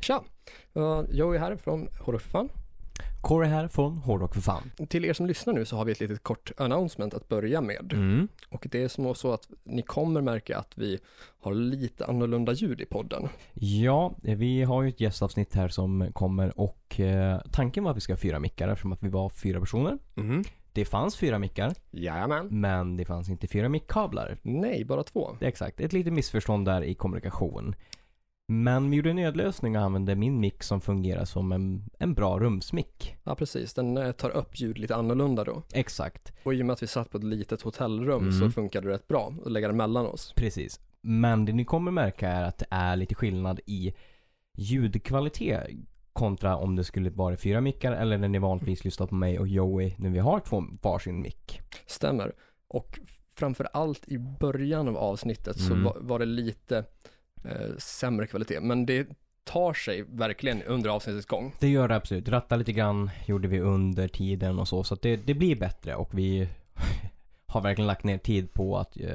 Tja! Eh, Joey här från Horrorfan. Corey här från Hårdrock för fan. Till er som lyssnar nu så har vi ett litet kort announcement att börja med. Mm. Och det är som så att ni kommer märka att vi har lite annorlunda ljud i podden. Ja, vi har ju ett gästavsnitt här som kommer och eh, tanken var att vi ska ha fyra mickar eftersom att vi var fyra personer. Mm. Det fanns fyra mickar, Jajamän. men det fanns inte fyra mickkablar. Nej, bara två. Det är exakt, ett litet missförstånd där i kommunikation. Men vi gjorde en nödlösning och använde min mick som fungerar som en, en bra rumsmick. Ja, precis. Den eh, tar upp ljud lite annorlunda då. Exakt, Och i och med att vi satt på ett litet hotellrum Mm. så funkade det rätt bra att lägga det mellan oss. precis. Men det ni kommer märka är att det är lite skillnad i ljudkvalitet kontra om det skulle vara fyra mickar eller när ni vanligtvis lyssnar på mig och Joey när vi har två varsin mick. Stämmer. Och framför allt i början av avsnittet Mm. så var, var det lite eh, sämre kvalitet. Men det tar sig verkligen under avsnittets gång. Det gör det absolut. Ratta lite grann gjorde vi under tiden och så, så att det, det blir bättre och vi har verkligen lagt ner tid på att eh,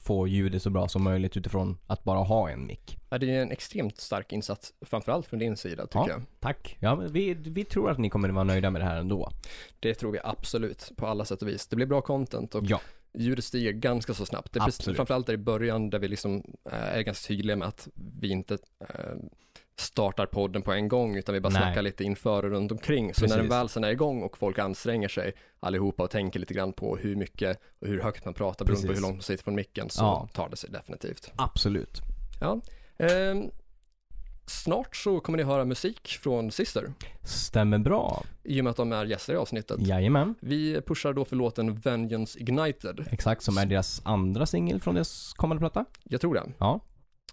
få ljudet så bra som möjligt utifrån att bara ha en mick. Ja, Det är en extremt stark insats, framförallt från din sida tycker Ja. jag. Tack. Ja, men vi, vi tror att ni kommer vara nöjda med det här ändå. Det tror vi absolut på alla sätt och vis. Det blir bra content och Ja. ljudet stiger ganska så snabbt. Det är precis, Absolut. framförallt där i början där vi liksom eh, är ganska tydliga med att vi inte eh, startar podden på en gång utan vi bara Nej. snackar lite inför och runt omkring. Så när den Precis. väl sen är igång och folk anstränger sig allihopa och tänker lite grann på hur mycket och hur högt man pratar beroende på Precis. hur långt man sitter från micken så Ja. tar det sig definitivt. Absolut. Ja. Ehm, snart så kommer ni höra musik från Sister Stämmer bra. i och med att de är gäster i avsnittet. Jajamän. Vi pushar då för låten Vengeance Ignited. Exakt, som är deras andra singel från deras kommande platta. Jag tror det. Ja.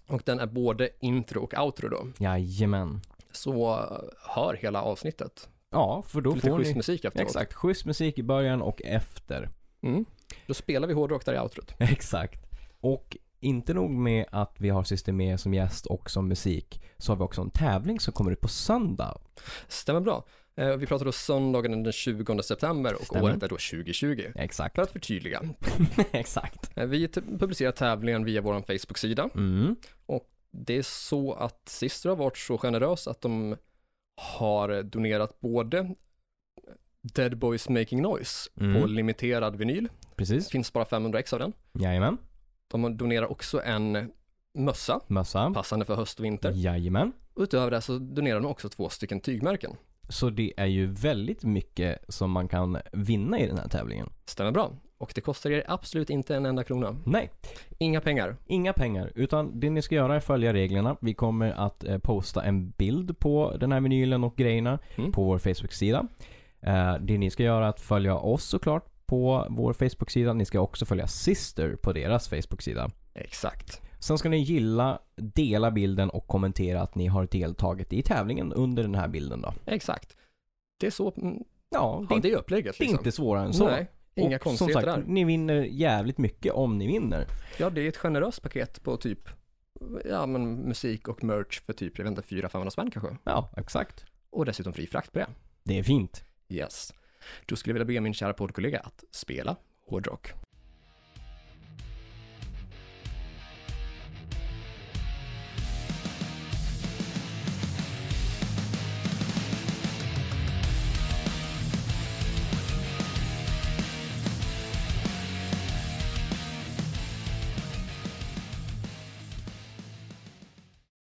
Och den är både intro och outro då. Jajamän. Så eh, hör hela avsnittet. Ja, för då Lite får schysst ni... musik efteråt. Exakt, schysst musik i början och efter. Mm. Då spelar vi hårdrock där i outrot. Exakt. Och inte nog med att vi har Syster med som gäst och som musik, så har vi också en tävling som kommer ut på söndag. Stämmer bra. Eh, Vi pratar då söndagen den 20 september och Stämmer. året är då 2020. Exakt. För att förtydliga. Exakt. Eh, Vi t- publicerar tävlingen via vår Facebook-sida. Mm. Det är så att Sister har varit så generös att de har donerat både Dead Boys Making Noise på Mm. limiterad vinyl. Det Precis. finns bara 500 ex av den. Jajamän. De donerar också en mössa, Mössa. passande för höst och vinter. Jajamän. Utöver det så donerar de också två stycken tygmärken. Så det är ju väldigt mycket som man kan vinna i den här tävlingen. Stämmer bra. Och det kostar er absolut inte en enda krona. Nej, Inga pengar. inga pengar. Utan det ni ska göra är följa reglerna. Vi kommer att eh, posta en bild på den här vinylen och grejerna Mm. på vår Facebook-sida. Eh, det ni ska göra är att följa oss såklart på vår Facebook-sida. Ni ska också följa Sister på deras Facebook-sida. Exakt. Sen ska ni gilla, dela bilden och kommentera att ni har deltagit i tävlingen under den här bilden då. Exakt. Det är så, mm, Ja, det, ja, är- det är upplägget det är liksom. inte svårare än så. Nej, inga och som konstigheter sagt, mm. där. ni vinner jävligt mycket om ni vinner. Ja, det är ett generöst paket på typ, ja men musik och merch för typ, jag vet inte, 400-500 spänn kanske. Ja, exakt. Och dessutom fri frakt på det. Det är fint. Yes. Då skulle jag vilja be min kära poddkollega att spela hårdrock.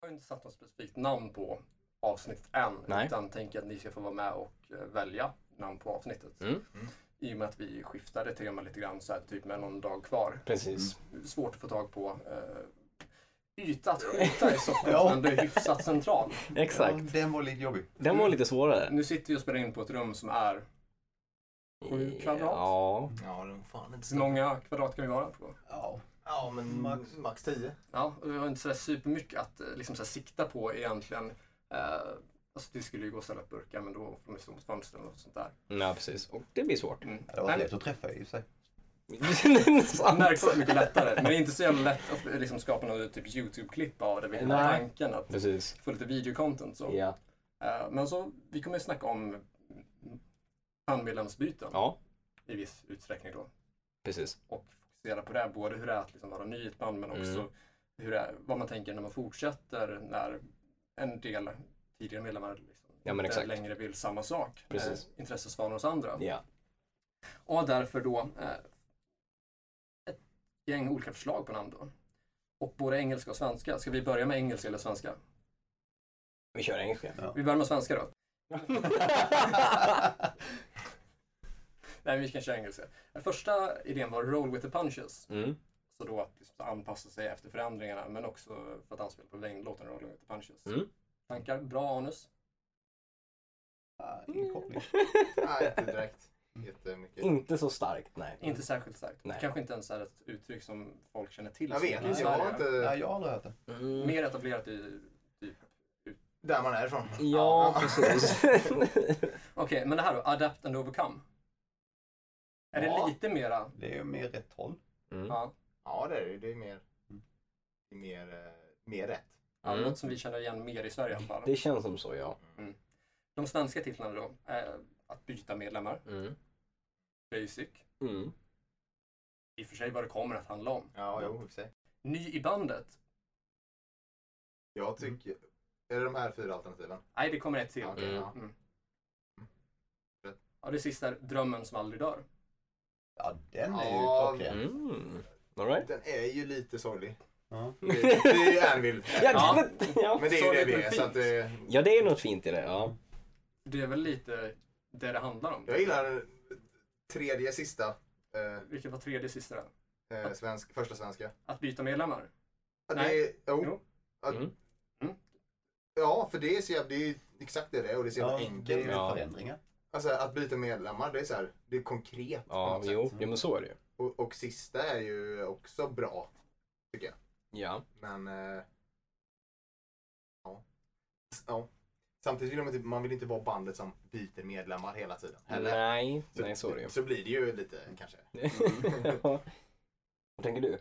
Jag har inte satt något specifikt namn på avsnittet än, Nej. utan tänker att ni ska få vara med och eh, välja namn på avsnittet. Mm. I och med att vi skiftade tema lite grann så här, typ med någon dag kvar. Precis. Svårt att få tag på eh, yta att skjuta i Stockholm, Ja. men det är hyfsat central. Ja, Den var lite jobbig. Den var lite svårare. Nu sitter vi och spelar in på ett rum som är, Sju kvadrat. Ja. Ja, den var fan inte hur många kvadrat kan vi vara på? Ja. ja, men max, max 10. Ja, och vi har inte sådär supermycket att eh, liksom, sådär, sikta på egentligen. Eh, alltså det skulle ju gå att ställa upp burkar, men då får man stå mot fönstren och sånt där. Ja, precis. Och det blir svårt. Mm. Det var Men- lätt att träffa i och för sig. Märkligt mycket lättare, men det är inte så jävla lätt att liksom skapa något typ YouTube-klipp av det. Vi hade Nej. tanken att Precis. få lite videocontent så. Ja. Eh, Men så, vi kommer ju snacka om handmedlemsbyten ja, i viss utsträckning då. precis. Och fokusera på det, här, både hur det är att liksom vara ny i ett band men också Mm. hur det är, vad man tänker när man fortsätter, när en del tidigare medlemmar liksom, Ja, men inte exakt. längre vill samma sak. Precis. Eh, intressesvanor hos andra. Ja. Och har därför då eh, ett gäng olika förslag på namn då. Och både engelska och svenska. Ska vi börja med engelska eller svenska? Vi kör engelska. Vi börjar med svenska då. Nej, vi kan köra engelska. Den första idén var roll with the punches. Mm. Så då att liksom anpassa sig efter förändringarna men också för att anspela på längd- låten roll with the punches. Mm. Tankar? Bra anus? Ah, ingen koppling. Nej, inte direkt. Jättemycket. Inte så starkt, nej. Inte särskilt starkt. Nej. Det kanske inte ens är ett uttryck som folk känner till. Jag så vet mycket i inte, jag Sverige. har Ja, inte... jag har aldrig hört det. Mm. Mer etablerat i... Där man är ifrån. Ja, precis. Okej, men det här då? Adapt and overcome. Är Ja. det lite mera... Det är ju mer rätt håll. Mm. Ja, Ja, det är det. Det är mer... Det är mer, eh, mer rätt. ja Mm. något som vi känner igen mer i Sverige i alla fall. Det känns som så, ja. Mm. De svenska titlarna då? Är att byta medlemmar. Mm. Basic. Mm. I och för sig vad det kommer att handla om. Ja, jo, i och för sig. Ny i bandet? Jag tycker... Är det de här fyra alternativen? Nej, Mm. det kommer ett till. Ja, okej, Mm. ja. Mm. Rätt. Ja, det sista är drömmen som aldrig dör. Ja, den är ju Ja, klockren. Mm. All right. Den är ju lite sorglig. Ja. Det, det är Anvil. Ja. Ja, det, ja. Men det är ju det vi är. Så att det, ja, det är något fint i det. Ja. Det är väl lite det det handlar om. jag gillar den tredje sista eh, Vilket var tredje sista? då? eh, svensk, första svenska. Att byta medlemmar? Ja, Nej. Det, jo, Jo. Mm. ja, för det är, så jävla, det är ju exakt det det är och det är så jävla Ja, enkelt. det är ju Ja. förändringar. Alltså att byta medlemmar, det är så här, det är konkret på Ja, något jo, sätt. ja, men så är det ju. Och, och sista är ju också bra, Ja. men... Eh, ja. S- ja. Samtidigt vill man, inte, man vill inte vara bandet som byter medlemmar hela tiden. heller. Nej, nej, så Mm. är det ju. Så blir det ju lite kanske. ja. Vad tänker du?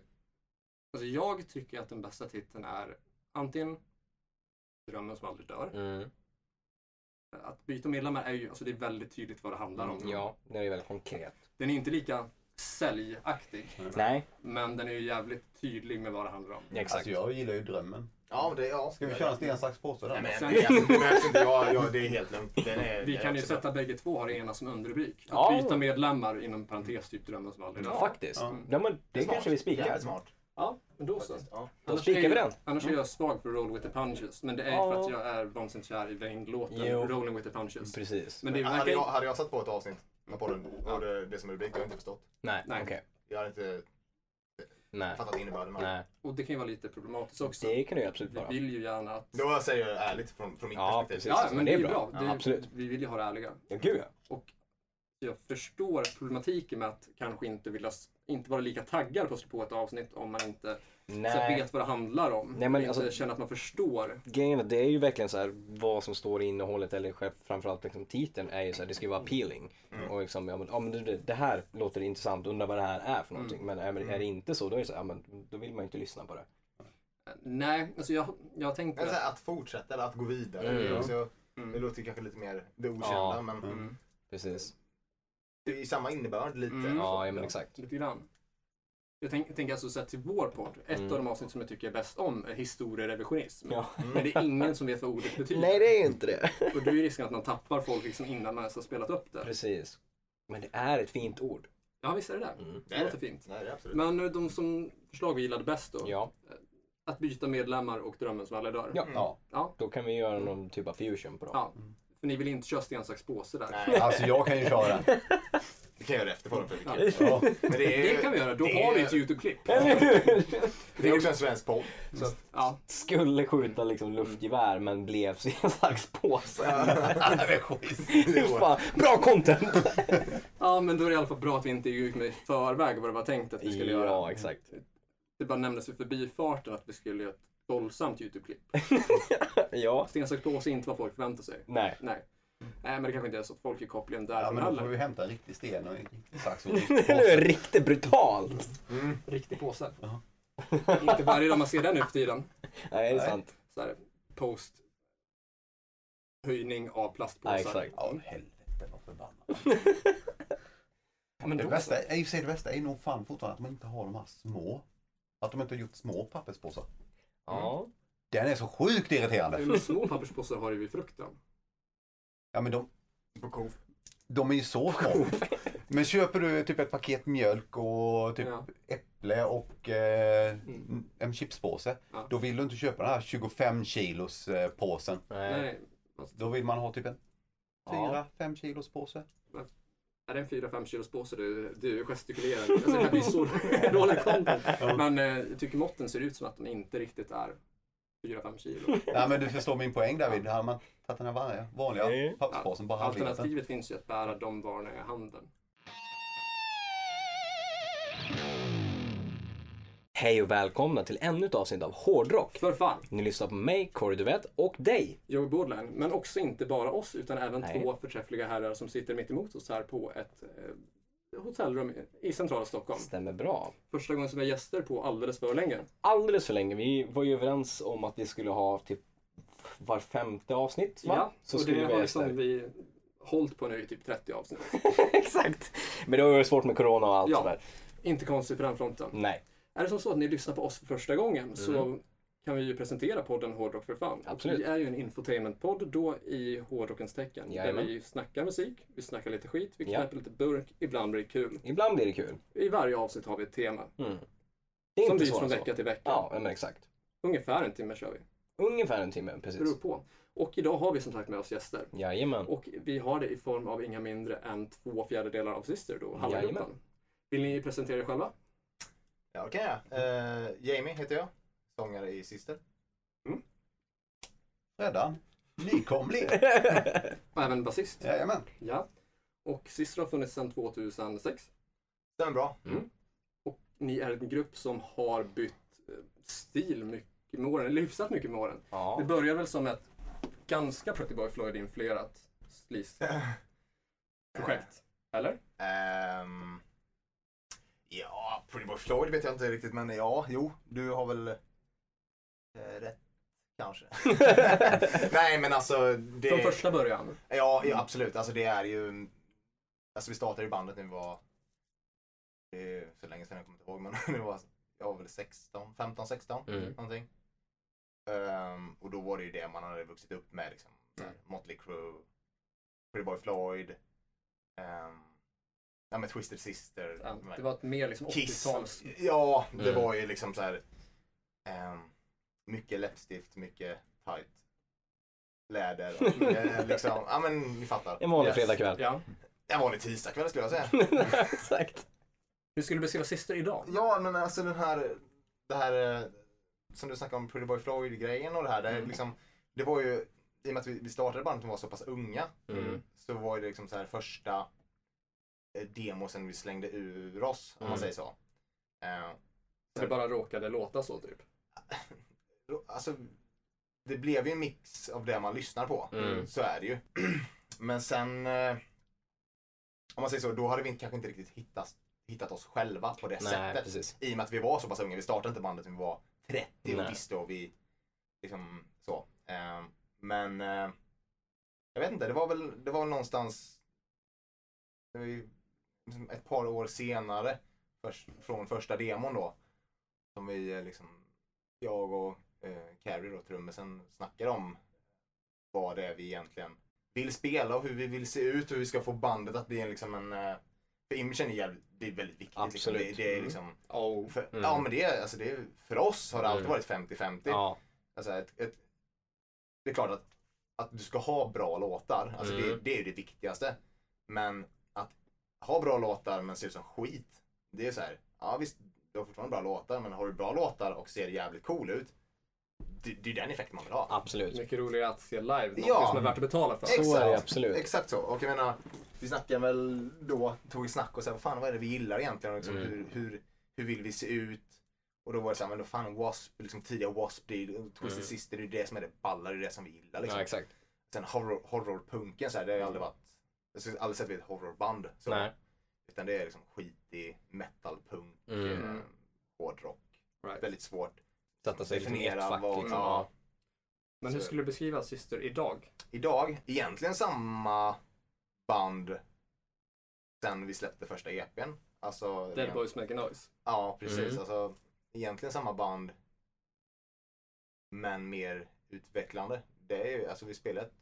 Alltså jag tycker att den bästa titeln är antingen Drömmen som aldrig dör. Mm. Mm. Att byta medlemmar är ju, alltså det är väldigt tydligt vad det handlar om. Ja, det är väldigt konkret. Den är inte lika säljaktig, Nej, men den är ju jävligt tydlig med vad det handlar om. exakt. Alltså jag gillar ju drömmen. Ja, men det, ja. Ska vi köra en sten, sax, påse Nej, där? men Sen- det, alltså, det behövs inte. Jag, jag, det är helt lugnt. Den är, Vi den kan är ju också bra. sätta bägge två och ha det ena som underrubrik. Att Ja. byta medlemmar inom parentes, typ Drömmen som aldrig dör. Ja, faktiskt. Ja. Ja, men det, Smart. kanske vi spikar. Jävligt smart. Ja, Men då så. faktiskt. Ja. då Annars spikar är- vi den. Mm. Annars är jag svag för Roll with the punches, men det är ju för att jag är vansinnigt kär i Jo. Wayne-låten Rolling with the punches. Precis. Men det verkar hade, jag, ju... hade jag satt på ett avsnitt på podden och det, det som rubrik, då hade jag inte förstått. Nej, okej. Nej. Jag hade inte Nej. fattat innebörden av det. Nej, Och det kan ju vara lite problematiskt också. det kan du ju absolut Vi vara. vill ju gärna att... Då säger jag ärligt från, från mitt Ja, perspektiv. precis. Ja, men det är ju bra. Det är, Ja, absolut. Vi vill ju ha det ärliga. Ja, gud ja. Jag förstår problematiken med att kanske inte vilja, s- inte vara lika taggad på att slå på ett avsnitt om man inte så här, Nej, vet vad det handlar om. Nej, men inte alltså- känner att man förstår. grejen är att det är ju verkligen så här vad som står i innehållet eller själv- framförallt liksom titeln är ju så här, det ska ju vara appealing. Mm. Och liksom, ja men, ja, men det, det här låter intressant, undrar vad det här är för någonting. Men är, är det inte så, då är det så här, ja, men då vill man ju inte lyssna på det. Nej, alltså jag, jag tänkte... Men så här, att fortsätta eller att gå vidare. Mm. Det, är också, det mm, låter kanske lite mer det okända Ja. men mm, Precis. det är ju samma innebörd lite. Mm. Ja, ja men exakt. lite grann. Jag tänk- tänker alltså sett till vår podd, ett Mm. av de avsnitt som jag tycker är bäst om är historierevisionism. Ja. Mm. Men det är ingen som vet vad ordet betyder. Nej det är inte det. Och då är ju risken att man tappar folk liksom innan man ens har spelat upp det. Precis. Men det är ett fint ord. Ja, visst är det det. Mm. Det är Det låter det. fint. Nej, det är absolut. Men eh, de som förslag vi gillade bäst då? Ja, Att byta medlemmar och drömmen som alla dör. Ja. Mm. Ja. Mm. då kan vi göra någon typ av fusion på dem. Ja. För ni vill inte köra sten, sax, påse där. Nej, Alltså jag kan ju köra den. vi kan göra det efter podden för det Ja. är kul. Ja. Men det är, Det kan vi göra, då det har vi är- ett YouTube-klipp. Eller hur? det är också en svensk podd. Så att, Ja. Skulle skjuta liksom luftgevär men blev i en slags påse. det är skit. Det går. Fan, bra content! ja, men då är det i alla fall bra att vi inte gick ut med i förväg vad det var tänkt att vi skulle göra. Ja, exakt. Det bara nämndes i förbifarten att vi skulle göra ett våldsamt YouTube-klipp. Ja. Sten, sax, påse är inte vad folk förväntar sig. Nej. Nej. Nej, men det kanske inte är så att folk är kopplingen Ja, därifrån men då får heller. vi hämta en riktig sten och en riktig sax. Och en Nu riktig är det påse. riktigt brutalt. Mm. Riktig påse. Ja. inte varje dag man ser den nu för tiden. Nej, det är Nej. sant. Så här, post höjning av plastpåsar. Nej, exakt. Ja, helvete vad förbannat. Mm. Ja, men Det då bästa, är- i och för sig det bästa är nog fan fortfarande att man inte har de här små. Att de inte har gjort små papperspåsar. Ja. Den är så sjukt irriterande. Men små papperspåsar har ju vi frukten. Ja men de, På Coop. de är ju så små. Men köper du typ ett paket mjölk och typ Ja. äpple och eh, Mm. en chipspåse. Ja. Då vill du inte köpa den här 25 kilos eh, påsen. Nej, nej. Alltså, Då vill man ha typ en Ja. 4-5 kilos påse. är det en 4-5 kilos påse du, du gestikulerar? Alltså, det här blir så dålig content. Men eh, jag tycker måtten ser ut som att de inte riktigt är 4-5 kilo. Nej men du förstår min poäng David. Hade man tagit den här vanliga- vanliga Nej. papperspåsen bara halverat den. Alternativet finns ju att bära de varorna i handen. Hej och välkomna till ännu ett avsnitt av Hårdrock. För fan! Ni lyssnar på mig, Corey Duvett och dig. Joey Bordline, men också inte bara oss utan även Nej. två förträffliga herrar som sitter mitt emot oss här på ett eh, hotellrum i centrala Stockholm. Stämmer bra. Första gången som vi har gäster på alldeles för länge. Alldeles för länge. Vi var ju överens om att vi skulle ha typ var femte avsnitt. Va? Ja, Så och skulle det vi vara har gäster. som vi hållit på nu i typ 30 avsnitt. Exakt. Men det var ju svårt med corona och allt Ja. sådär. Inte konstigt på den fronten. Nej, Är det som så att ni lyssnar på oss för första gången så kan vi ju presentera podden Hårdrock för fan. Och Mm. Absolut. Vi är ju en infotainmentpodd då i hårdrockens tecken. Jajamän. Där vi knäcker musik, vi snackar lite skit, vi Ja. knäpper lite burk, ibland blir det kul. ibland blir det kul. I varje avsnitt har vi ett tema. Mm. Det är Som inte byts svårare från än så. vecka till vecka. Ja, men exakt. Ungefär en timme kör vi. Ungefär en timme, Det beror precis. på. Och idag har vi som sagt med oss gäster. Jajamän. Och vi har det i form av inga mindre än två fjärdedelar av Syster då, Hallagruppen. Jajamän. Vill ni presentera er själva? Ja, det kan jag. Eh, Jamie heter jag. Sångare i Sister. Redan. Nykomling. Och även basist. Jajamän. Ja. Och Syster har funnits sedan 2006. Stämmer bra. Mm. Ni är en grupp som har bytt eh, stil mycket med åren, eller hyfsat mycket med åren. Det ja. började väl som ett ganska Pretty Boy Floyd-influerat sleaze-projekt. Eller? Ehm, ja, Pretty Boy Floyd vet jag inte riktigt, men ja, jo, du har väl eh, rätt kanske. Nej, men alltså. Det, Från första början. ja, ja, absolut. Alltså det är ju. Alltså vi startade ju bandet när vi var. Det är ju så länge sedan jag kommer inte ihåg, men det var, jag var väl 16, 15, 16 Mm. någonting. Ehm, och då var det ju det man hade vuxit upp med liksom. Så här, Mm. Motley Crue, Pretty Boy Floyd, um, ja men Twisted Sister. Ja, de här- Det var ett mer liksom Kiss. 80-tals... Ja, det Mm. var ju liksom så här. ehm, mycket läppstift, mycket tight läder. och mycket, liksom, ja men ni fattar. En vanlig Yes. fredagkväll. Ja. En vanlig tisdagkväll skulle jag säga. exakt. Hur skulle du beskriva Syster idag? Ja, men alltså den här, det här eh, som du snackade om, Pretty Boy Floyd-grejen och det här. Det, är Mm. liksom, det var ju, i och med att vi vi startade bandet och var så pass unga, Mm. så var det liksom så här första eh, demosen vi slängde ur oss, om Mm. man säger så. Eh, Det bara råkade låta så typ. då- alltså, det blev ju en mix av det man lyssnar på. Mm. Så är det ju. Men sen, eh, om man säger så, då hade vi kanske inte riktigt hittat, hittat oss själva på det Nej, sättet. precis. I och med att vi var så pass unga, vi startade inte bandet när vi var 30 Nej. och visste och vi liksom så. Eh, men eh, jag vet inte, det var väl, det var någonstans det var ju liksom ett par år senare först, från första demon då som vi eh, liksom, jag och eh, Carrie då, trummisen, snackade om vad det är vi egentligen vill spela och hur vi vill se ut och hur vi ska få bandet att bli en liksom en eh, för imagen är jävligt, det är väldigt viktigt. Liksom. Det, Absolut. det är Mm. liksom Oh. för, Mm. Ja men det är, alltså det är, för oss har det alltid Mm. varit 50-50. Ja. Alltså ett, ett, det är klart att, att du ska ha bra låtar, alltså det, Mm. det är ju det viktigaste. Men att ha bra låtar men se ut som skit, det är så här, ja visst, du har fortfarande bra låtar men har du bra låtar och ser jävligt cool ut, det, det är den effekten man vill ha. Absolut. Mycket roligare att se live, något Ja. som är värt att betala för. Exakt. Så är det absolut. Exakt så. Och jag menar, vi snackade väl då, tog ett snack och sen, fan vad är det vi gillar egentligen? Och liksom, Mm. hur, hur, hur vill vi se ut? Och då var det såhär, men då fan W.A.S.P, liksom tidiga W.A.S.P, det är- Twisted Mm. Sister, det är det som är det balla, det är det som vi gillar liksom. Ja, exakt. Mm. sen horror, horrorpunken så här, det har jag aldrig varit, jag skulle aldrig sett vid ett horrorband. Så, Nej. Utan det är liksom skitig metal, punk, Mm. eh, hårdrock. Right. Väldigt svårt. Sätta sig liksom i ett Definiera fack vad- liksom. Ja. ja. Men hur skulle du beskriva Syster idag? Idag, egentligen samma band sen vi släppte första EPn. Alltså, Dead Boys Make a Noise. Ja, precis. Mm. Alltså, egentligen samma band. men mer utvecklande. Det är ju, alltså vi spelar ett...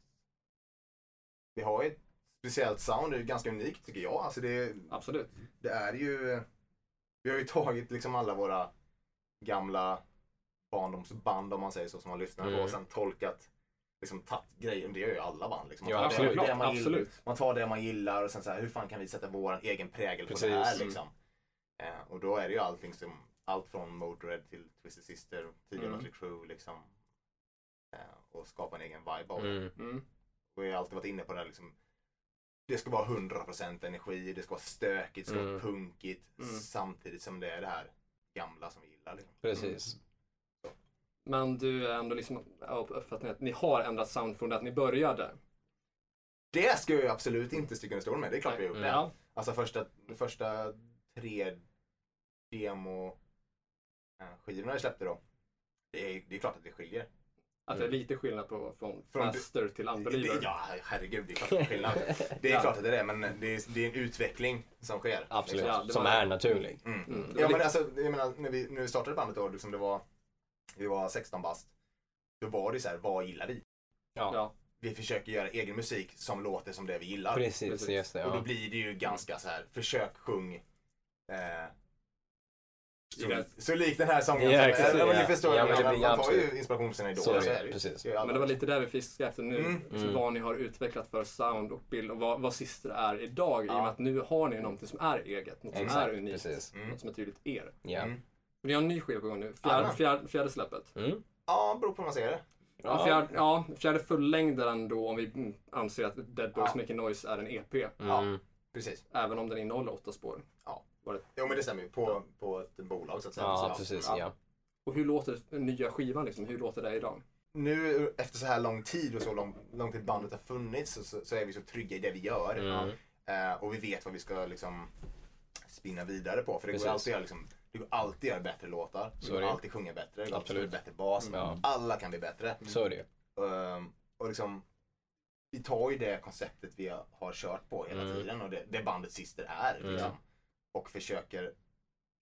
Vi har ju ett speciellt sound, det är ganska unikt tycker jag. Alltså det, Absolut. det är ju... Vi har ju tagit liksom alla våra gamla barndomsband om man säger så som man lyssnar på Mm. och sen tolkat, liksom tagit grejer. Det gör ju alla band liksom. Man Ja, tar det- absolut. Det man, gill- absolut. man tar det man gillar och sen så här, hur fan kan vi sätta vår egen prägel på det Precis. här Mm. liksom. Eh, och då är det ju allting som, allt från Motörhead till Twisted Sister, tidigare Mm. Mötley Crüe liksom. Eh, och skapa en egen vibe av det. Mm. Mm. Och jag har alltid varit inne på det här liksom. Det ska vara 100% energi, det ska vara stökigt, det ska vara Mm. punkigt. Mm. Samtidigt som det är det här gamla som vi gillar. Liksom. Precis. Men du är ändå liksom av uppfattningen att ni har ändrat sound från det att ni började? Det ska jag ju absolut inte sticka under stol med, det är klart vi har gjort Mm. det. Ja. Alltså första, första tre demo eh, skivorna jag släppte då. Det är, det är klart att det skiljer. Att det är lite skillnad på, från, Från- Faster till Unbeliever? Det- Ja, herregud, det är klart att det är skillnad. Det är Ja. klart att det är det, men det är, det är en utveckling som sker. Absolut. Ja, det Som var- är naturlig. Mm. Mm. Ja men alltså, jag menar, när vi, när vi startade bandet då, liksom det var, vi var 16 bast. Då var det så här, vad gillar vi? Ja. Ja. Vi försöker göra egen musik som låter som det vi gillar. Precis, Precis. just det. Och då Ja. blir det ju ganska så här, försök sjung. Eh, så, Ja. så lik den här sången. Ja, som- exakt. ja, men ni Ja. förstår, Ja, jag men det menar, blir man tar ju absolut. inspiration från sina idoler. Så är det, är det ju. precis. Det gör ju alla. Men det var lite där vi fiskade efter nu, Mm. liksom, Mm. vad ni har utvecklat för sound och bild och vad, vad Sister är idag i och Ja. med att nu har ni någonting som är eget, något som är Exakt, unikt, precis. Mm. något som är tydligt er. Ja. Mm. Och ni har en ny skiva på gång nu, Ja. fjärde, fjärde, fjärde släppet. Mm. Ja, beror på hur man ser det. Ja, Ja. fjärde, ja, fjärde fullängdaren då om vi mm, anser att Dead Boys Ja. Making Noise är en EP, Mm. Precis. även om den innehåller åtta spår. Jo men det stämmer ju. På, på ett bolag så att säga. Så, Ja, precis. Ja. Och hur låter den nya skivan liksom? Hur låter det idag? Nu efter så här lång tid och så lång, lång tid bandet har funnits så, så, så är vi så trygga i det vi gör. Mm. Eh, och vi vet vad vi ska liksom spinna vidare på. För det Precis. går alltid att göra liksom, det går alltid att göra bättre låtar. Så det går är det. alltid att sjunga bättre. Det går alltid att Absolut. göra bättre bas. Ja. Mm. Alla kan bli bättre. Så är det ju. Ehm, och liksom, vi tar ju det konceptet vi har, har kört på hela Mm. tiden och det, det bandet Sister är. Mm. Liksom, och försöker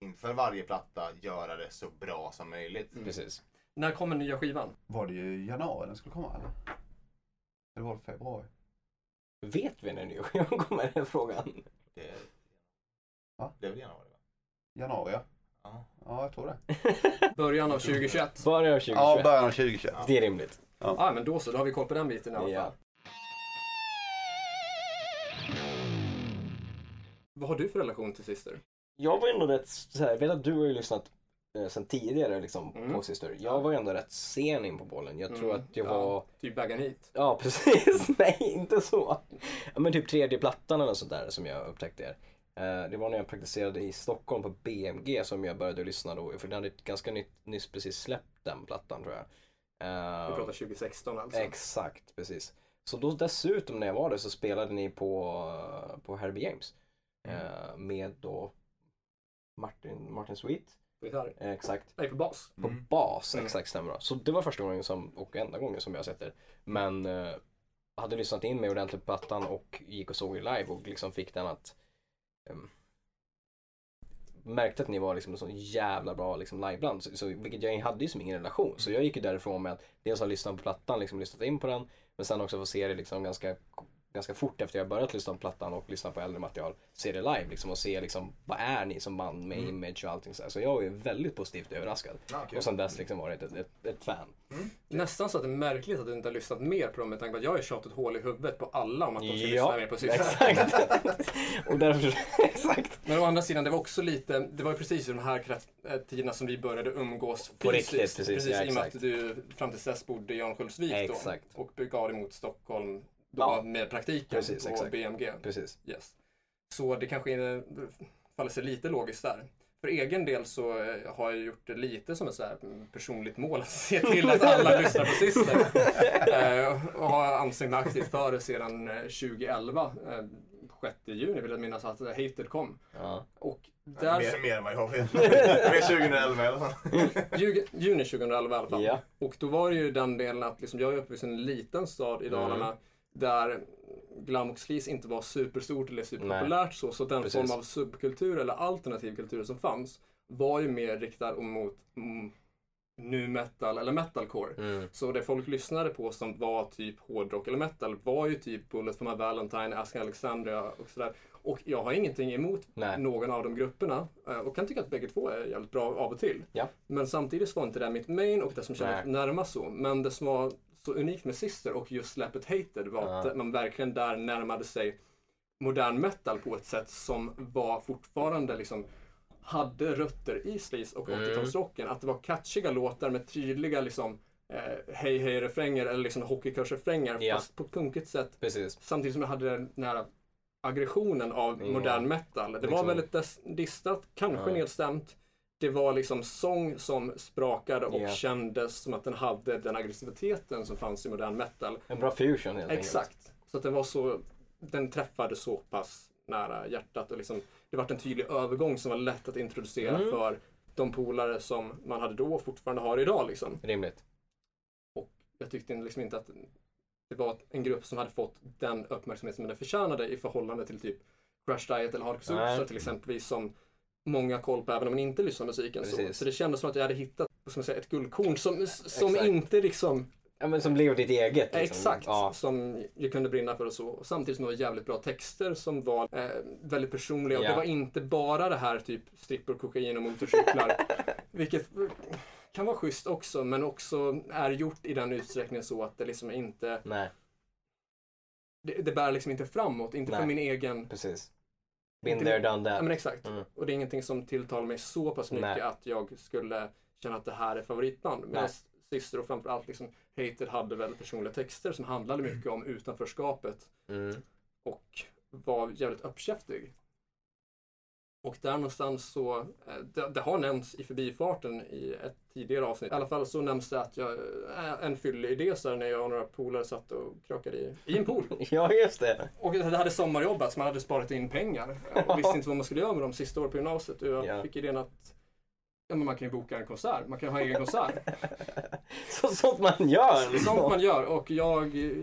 inför varje platta göra det så bra som möjligt. Precis. Mm. När kommer nya skivan? Var det ju i januari den skulle komma eller? Eller var det februari? Vet vi när nu kommer den frågan? Det, Va? det är väl januari? va? Januari ja. Ja. Ja, jag tror det. Början av 2021? Början av 2021. början av 2021. Det är rimligt. Ja, ah, men då så, då har vi koll på den biten i alla fall. Ja. Vad har du för relation till Sister? Jag var ändå rätt så här, jag vet att du har ju lyssnat eh, sen tidigare liksom Mm. på Sister. Jag var ju ändå rätt sen in på bollen. Jag tror Mm, att jag ja. var Typ vägen hit? Ja, precis. Nej, inte så. Ja, men typ tredje plattan eller sånt där som jag upptäckte er. Eh, Det var när jag praktiserade i Stockholm på BMG som jag började lyssna då. För den hade ett ganska nytt, nyss precis släppt den plattan tror jag. Eh, Vi pratar 2016 alltså. Exakt, precis. Så då dessutom när jag var där så spelade ni på, på Herbie James. Eh, Med då Martin, Martin Sweet. På gitarr? Eh, Exakt. Nej, på bas. På Mm. bas, Mm. exakt stämmer bra. Så det var första gången som, och enda gången som jag har sett er. Men eh, hade lyssnat in mig ordentligt på plattan och gick och såg er live och liksom fick den att ehm, märkte att ni var liksom en sån jävla bra liksom liveband. Så, så, vilket jag hade ju som ingen relation. Så jag gick ju därifrån med att dels ha lyssnat på plattan, liksom lyssnat in på den. Men sen också få se det liksom ganska, ganska fort efter jag börjat lyssna på plattan och lyssna på äldre material. Se det live liksom och se liksom vad är ni som band med image och allting så här. Så jag är ju väldigt positivt överraskad. Ja, kul. Och sen dess liksom varit ett, ett, ett fan. Nästan så att det är märkligt att du inte har lyssnat mer på dem med tanke på att jag har tjatat ett hål i huvudet på alla om att de ska lyssna mer på Sister. exakt. och därför, exakt. Men å andra sidan, det var också lite, det var ju precis i de här krat- eh, tiderna som vi började umgås fysiskt. riktigt, precis, ja, i och med exakt. att du fram till dess bodde i Örnsköldsvik Exakt. då. Och begav dig mot Stockholm då Ja. med praktiken Precis, på exakt. BMG. Precis. Yes. Så det kanske är- faller sig lite logiskt där. För egen del så eh, har jag gjort det lite som ett så här personligt mål att se till att alla lyssnar på Sister. Eh, och har ansträngt mig aktivt för det sedan eh, 2011. Eh, 6 juni vill jag minnas att Hated kom. Ja. Och Mer, där, mer än vad jag vet. alltså- Mer 2011 i alla fall. ju- juni 2011 i alla fall. Ja. Och då var det ju den delen att liksom, jag är uppvuxen i en liten stad i Dalarna där glam och sleaze inte var superstort eller superpopulärt så. Så den Precis. form av subkultur eller alternativ kultur som fanns var ju mer riktad mot mm, nu metal eller metalcore. Mm. Så det folk lyssnade på som var typ hårdrock eller metal var ju typ Bullet for my Valentine, Asking Alexandria och sådär. Och jag har ingenting emot Nej. någon av de grupperna eh, och kan tycka att bägge två är jävligt bra av och till. Ja. Men samtidigt så var inte det mitt main och det som kändes Nej. närmast så. Men det som var så unikt med Sister och just Slap It Hated var Ja. att man verkligen där närmade sig modern metal på ett sätt som var fortfarande liksom hade rötter i Sleaze och Mm. 80-talsrocken. Att det var catchiga låtar med tydliga liksom eh, hej hej refränger eller liksom hockeykursrefränger Ja. fast på ett punkigt sätt Precis. samtidigt som jag hade den här aggressionen av Ja. modern metal. Det var Mm. Liksom. väldigt des- distat, kanske Ja. nedstämt. Det var liksom sång som sprakade och Ja. kändes som att den hade den aggressiviteten som fanns i modern metal. En bra fusion helt enkelt. Exakt. Så att den var så, den träffade så pass nära hjärtat och liksom, det var en tydlig övergång som var lätt att introducera Mm. för de polare som man hade då och fortfarande har idag liksom. Rimligt. Jag tyckte liksom inte att det var en grupp som hade fått den uppmärksamhet som den förtjänade i förhållande till typ Crash Diet eller Hardcore Nej. Suicide till exempelvis som många har koll på även om man inte lyssnar på musiken. Så, Precis. så det kändes som att jag hade hittat vad ska man säga, ett guldkorn som, som Exakt. inte liksom Ja, men som blev ditt eget. Liksom. Exakt, Ja. som jag kunde brinna för och så. Och Samtidigt som det var jävligt bra texter som var eh, väldigt personliga. Och Ja. det var inte bara det här typ strippor, kokain och motorcyklar. vilket eh, kan vara schysst också, men också är gjort i den utsträckningen så att det liksom inte, Nej, det, det bär liksom inte framåt. Inte för Nej. min egen, precis. Been Inte- there, done ja that. men exakt. Mm. Och det är ingenting som tilltalar mig så pass mycket Nej. att jag skulle känna att det här är favoritband. Medan Syster och framförallt liksom Hated hade väldigt personliga texter som handlade mycket om utanförskapet. Mm. och var jävligt uppkäftig. Och där någonstans så, eh, det, det har nämnts i förbifarten i ett tidigare avsnitt. I alla fall så nämns det att jag, eh, en fyllig idé så här när jag och några polare satt och krökade i, i en pool. Ja, just det. Och det hade sommarjobbat så man hade sparat in pengar eh, och visste inte vad man skulle göra med dem sista året på gymnasiet. Och jag Ja. fick idén att ja, men man kan ju boka en konsert, man kan ju ha egen konsert. Så, sånt man gör. liksom. Sånt man gör och jag eh,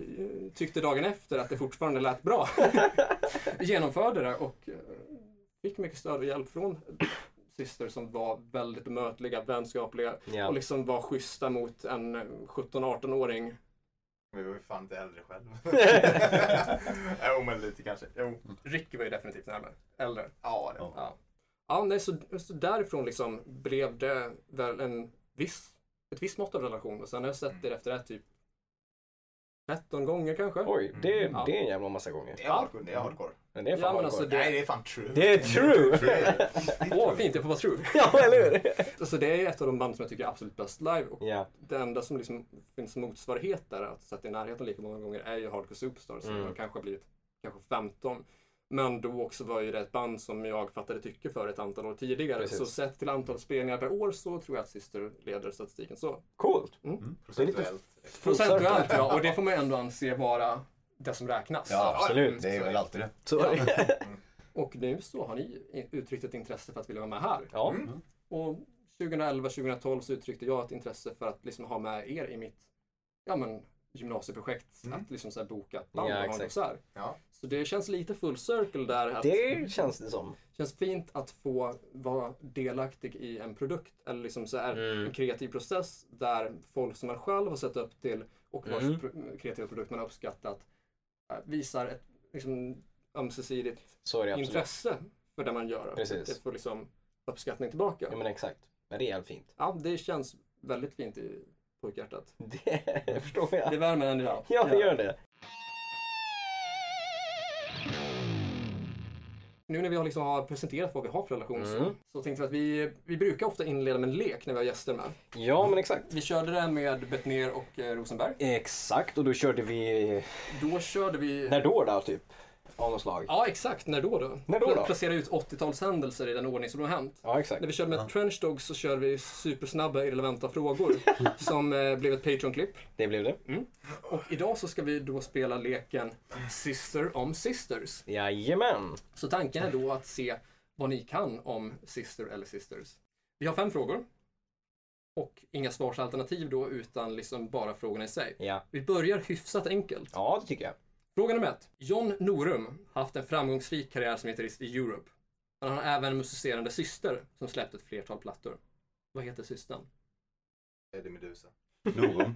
tyckte dagen efter att det fortfarande lät bra. Genomförde det och eh, fick mycket stöd och hjälp från syster som var väldigt mötliga, vänskapliga och Ja. liksom var schyssta mot en eh, 17-18-åring. Men vi var ju fan inte äldre själv. jo, men lite kanske. Jo. Ricky var ju definitivt närmare, äldre. Ja, det var. Ja, ja nej, så, så därifrån liksom blev det väl en viss, ett visst mått av relation och sen har jag Mm. sett det efter det här typ 13 gånger kanske. Oj, det, Ja. det är en jävla massa gånger. Det är hardcore. Det är hardcore. Men det är Mm. Ja, fan men ja, alltså, det- Nej, det är fan true. Det är true. Det är Åh, fint, jag får vara true. Ja, eller hur? Alltså det är ett av de band som jag tycker är absolut bäst live och Ja, det enda som liksom finns motsvarighet där, att sätta i närheten lika många gånger, är ju Hardcore Superstar som Mm. har kanske blivit kanske 15. Men då också var ju det ett band som jag fattade tycke för ett antal år tidigare. Precis. Så sett till antal spelningar per år så tror jag att Sister leder statistiken så. coolt. procentuellt. Procentuellt ja, och det får man ju ändå anse vara det som räknas. absolut. Det är väl alltid det. Så är det. Och nu så har ni i- uttryckt ett intresse för att vilja vara med här. Ja, Och 2011-2012 så uttryckte jag ett intresse för att liksom ha med er i mitt ja, men, gymnasieprojekt. Mm. Att liksom så här boka ett band Ja, och ha en exakt. konsert. Ja. Så det känns lite full circle där. Att det det känns det som. känns fint att få vara delaktig i en produkt eller liksom så här en Mm. kreativ process där folk som man själv har sett upp till och vars Mm. pro- kreativa produkt man har uppskattat eh, visar ett liksom, ömsesidigt Så är det absolut. intresse för det man gör. Precis. Det får liksom uppskattning tillbaka. Ja, men exakt. Men det är jävligt fint. Ja, det känns väldigt fint i pojkhjärtat. Mm. Det förstår jag. Det värmer en i allt. Ja, det gör det. Nu när vi har, liksom har presenterat vad vi har för relation så, Mm. så tänkte vi att vi, vi brukar ofta inleda med en lek när vi har gäster med. Ja, men exakt. Vi körde det med Bettner och eh, Rosenberg. Exakt, och då körde vi... Då körde vi... När då då, typ? Av något slag. Ja, exakt. När då då? När då då? Placera ut 80-talshändelser i den ordning som de har hänt. Ja, exakt. När vi körde med Trench Dogs så körde vi supersnabba irrelevanta frågor som eh, blev ett Patreon-klipp. Det blev det. Och idag så ska vi då spela leken Sister om Sisters. Jajamän. Så tanken är då att se vad ni kan om Sister eller Sisters. Vi har fem frågor. Och inga svarsalternativ då, utan liksom bara frågorna i sig. Ja. Vi börjar hyfsat enkelt. ja, det tycker jag. Fråga nummer ett. John Norum har haft en framgångsrik karriär som gitarrist i Europe. Men han har även en musicerande syster som släppt ett flertal plattor. Vad heter systern? Eddie Meduza. Logom.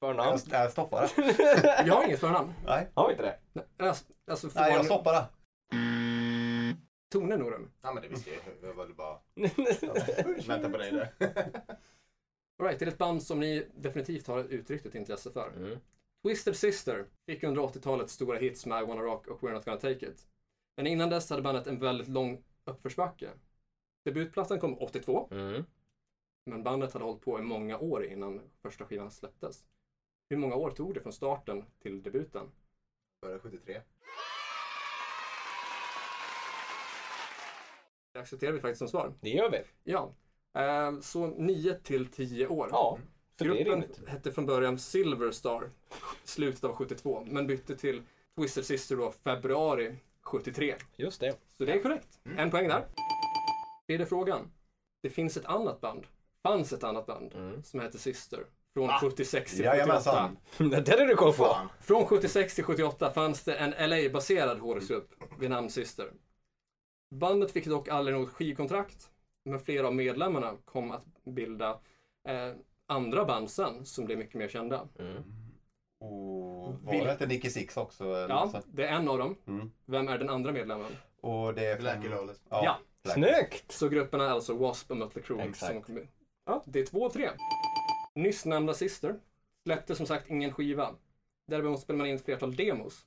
Förnamn? Jag, jag stoppar det. Jag har inget förnamn. Har vi inte det? Alltså, alltså får Nej, man jag stoppar det. Mm. toner nog den. Ja men det visste jag ju. Jag ville bara vänta på dig där. All right, till ett band som ni definitivt har uttryckt ett intresse för. Mm. Twisted Sister fick under 80-talet stora hits med I Wanna Rock och We're Not Gonna Take It. Men innan dess hade bandet en väldigt lång uppförsbacke. Debutplattan kom 82, Mm. men bandet hade hållit på i många år innan första skivan släpptes. Hur många år tog det från starten till debuten? Före 73. Det accepterar vi faktiskt som svar. Det gör vi. Ja, eh, så 9 till 10 år. Ja, så det är Gruppen rimligt. hette från början Silver Star, slutet av 72, men bytte till Twisted Sister då februari 73. Just det. Så det är korrekt. Mm. En poäng där. Tredje frågan. Det finns ett annat band, fanns ett annat band, Mm. som heter Sister. Från Ah. 76 till 78. Jajamensan. Det där är du koll på. Fan. Från 76 till 78 fanns det en LA-baserad hårdrocksgrupp vid namn Sister. Bandet fick dock aldrig något skivkontrakt, men flera av medlemmarna kom att bilda eh, andra band sen, som blev mycket mer kända. Mm. Och var Vill- det inte Nicky Six också? Eller något Ja, sånt? det är en av dem. Mm. Vem är den andra medlemmen? Och det är... Black Lawless. Ja. Black. Snyggt! Så grupperna är alltså Wasp och Mötley Crüe. Exakt. Som kom ut. Ja, det är två av tre. Nyss nämnda Sister släppte som sagt ingen skiva. Däremot spelade man in ett flertal demos,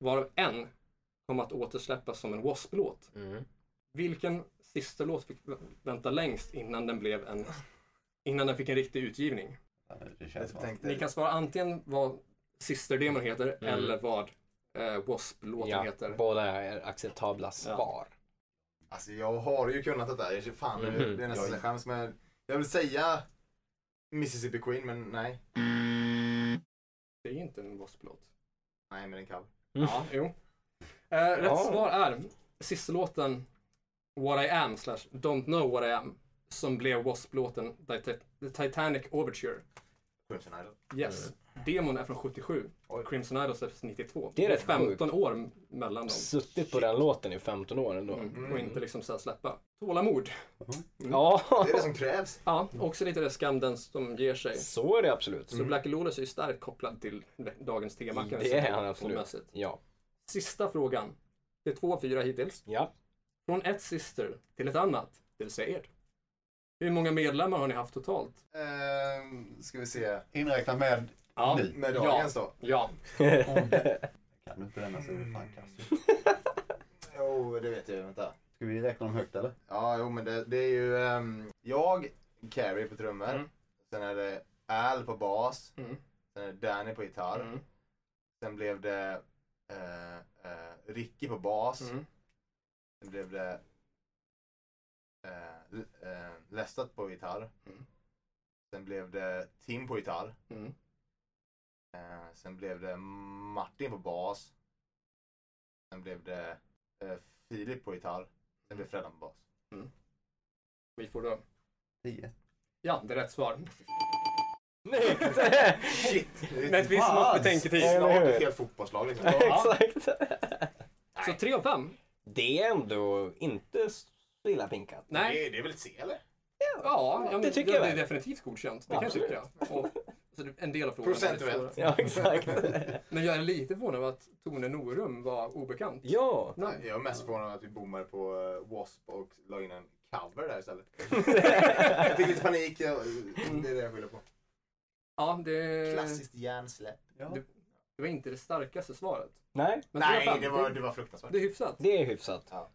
varav en kom att återsläppas som en Wasp-låt. Mm. Vilken Sister-låt fick vä- vänta längst innan den blev en innan den fick en riktig utgivning? Det känns Jag bra. Ni tänkte, kan svara antingen vad Sister-demon heter Mm. eller vad eh, Wasp-låten Ja, heter. båda är acceptabla svar. alltså jag har ju kunnat det där. Jag, är- fan, Mhm. det är nästan Jag- jag skäms men jag vill säga Mississippi Queen men nej. Det är inte en Wasp-låt. Nej men en cover. Mm. Ja, jo. Eh, rätt Ja. svar är sista låten What I am slash Don't know what I am som blev Wasp-låten The Tit- The Titanic Overture. Crimson Idol. Yes. Mm. Demon är från 77. Oj. Crimson Idol släpptes 92. Det är rätt 15 år mellan dem. Suttit på den låten i 15 år ändå. Mm. Och inte liksom så här släppa. Tålamod. Ja, Det är det som krävs. Ja, Mm. också lite det skam den som ger sig. så är det absolut. Så Black Lotus är ju starkt kopplad till dagens tema kan vi Mm. Det är säga. han absolut. tonmässigt. Ja. Sista frågan. Det är två av fyra hittills. ja. Från ett syster till ett annat, det vill säga er. Hur många medlemmar har ni haft totalt? Ehm, ska vi se. Inräknat med... Ja. Nu. Med dagens då. Ja, Kan du inte denna så är det fan kass. Jo, det vet jag ju. Vänta. Ska vi räkna dem högt eller? Ja, jo men det, det är ju ehm, jag, Carrie på trummor. Mm. Sen är det Al på bas. Mm. Sen är det Danny på gitarr. Mm. Sen blev det eh, eh, Ricky på bas. Alltså. Mm. Sen blev det eh, L- eh, Lestat på gitarr. Mm. Sen blev det Tim på gitarr. Mm. Eh, sen blev det Martin på bas. Sen blev det eh, Filip på gitarr. Sen Mm. blev Freddan på bas. vi får då. Tio. Ja, det är rätt svar. Snyggt! Shit! det är Med ett visst mått betänketid. Snart Eller hur? ett helt fotbollslag liksom. Ja. Exakt. Så tre av fem? Det är ändå inte så illa pinkat. Nej. Det, är- det är väl ett C eller? Ja, ja det tycker jag det är väl. definitivt godkänt. Det kan jag tycka. Och, så det- en del av frågan Procentuellt. Ja, exakt. Men jag är lite förvånad över att Tone Norum var obekant. ja. Nej. Jag är mest förvånad att vi bommade på eh, W.A.S.P. och la in en cover där istället. jag fick lite panik. Jag, det är det jag skyller på. Ja, det, Klassiskt hjärnsläpp. Ja. Du- det var inte det starkaste svaret. Nej, Men tre av Nej, fem, det var, det var fruktansvärt. det är hyfsat. det är hyfsat. Ja.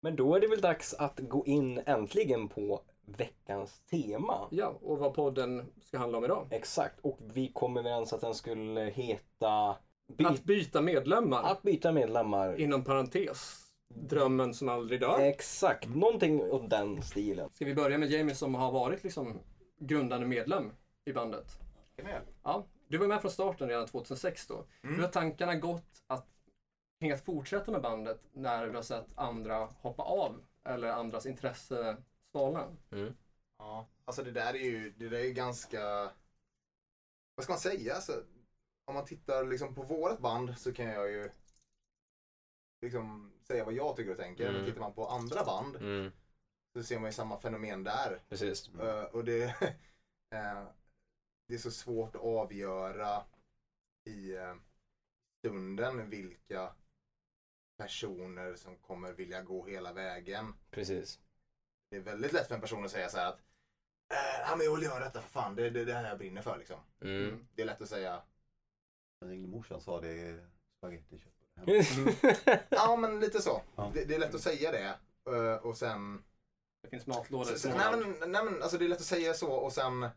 Men då är det väl dags att gå in äntligen på veckans tema. Ja, och vad podden ska handla om idag. Exakt, och vi kom överens att den skulle heta by- Att byta medlemmar. att byta medlemmar. Inom parentes, drömmen som aldrig Eh. dör. Exakt, någonting åt den stilen. Ska vi börja med Jamie som har varit liksom grundande medlem i bandet? Kan jag göra? Ja, du var med från starten redan 2006 Mm. då. Hur har tankarna gått att kring att fortsätta med bandet när du har sett andra hoppa av eller andras intresse svalna? Ja. Alltså det där är ju, det där är ju ganska... Vad ska man säga? Alltså, om man tittar liksom på vårat band så kan jag ju Mm. liksom säga vad jag tycker och tänker. Men tittar man på andra band Så ser man ju samma fenomen där. Precis. Eh, och det, eh, det är så svårt att avgöra i eh, stunden vilka personer som kommer vilja gå hela vägen. Precis. Det är väldigt lätt för en person att säga så här att "Eh, ja men jag vill göra detta för fan, det är det, det här jag brinner för liksom. Mm. Det är lätt att säga Jag ringde morsan och sa det är spagetti kött. Ja, men lite så. Ja. Mm. Det, det är lätt att säga det. eh, Och sen... Det finns matlådor. så- i så- Småland. Nej, men, nej, men alltså det är lätt att säga så och sen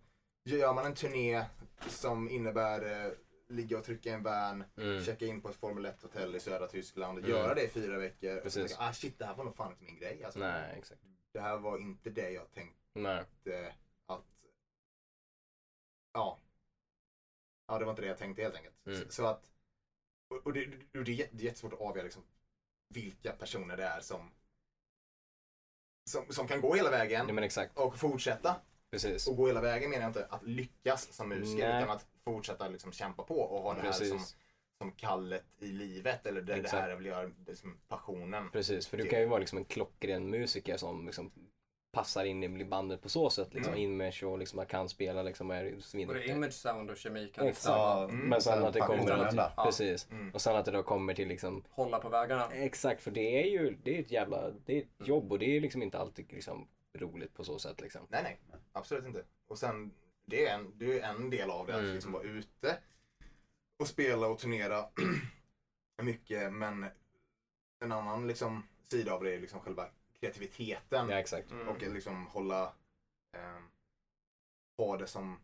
gör man en turné som innebär eh, ligga och trycka i en van, Mm. checka in på ett Formel 1-hotell i södra Tyskland, Mm. göra det i fyra veckor. Precis. Och tänka, ah shit, det här var nog fan inte min grej. Alltså, Nej, exakt. Det här var inte det jag tänkte Nej. eh, att... Ja. Ja, det var inte det jag tänkte helt enkelt. Mm. Så, så att... Och, och, det, och det är jät- det är jättesvårt att avgöra liksom, vilka personer det är som, som, som kan gå hela Nej vägen men exakt. och fortsätta. Precis. Och gå hela vägen menar jag inte att lyckas som musiker Nej. utan att fortsätta liksom kämpa på och ha det här som, Precis. som kallet i livet eller det, det Exakt. här jag vill göra, liksom passionen. Precis. För du kan ju vara liksom en klockren musiker som liksom passar in i bandet på så sätt. Liksom Mm. image och liksom man kan spela liksom och är Både svinduktig. image, sound och kemi kan Exakt. liksom Mm. Men sen att det kommer Utan att, ända. Ja. precis. Mm. Och sen att det då kommer till liksom hålla på vägarna. Exakt, för det är ju det är ett jävla det är ett jobb och det är liksom inte alltid liksom roligt på så sätt liksom. Nej, nej. Absolut inte. Och sen, det är en, det är en del av det, Mm. att liksom vara ute och spela och turnera mycket. Men en annan liksom, sida av det är liksom själva kreativiteten. Ja, exakt. Mm. Och liksom hålla, eh, ha det som,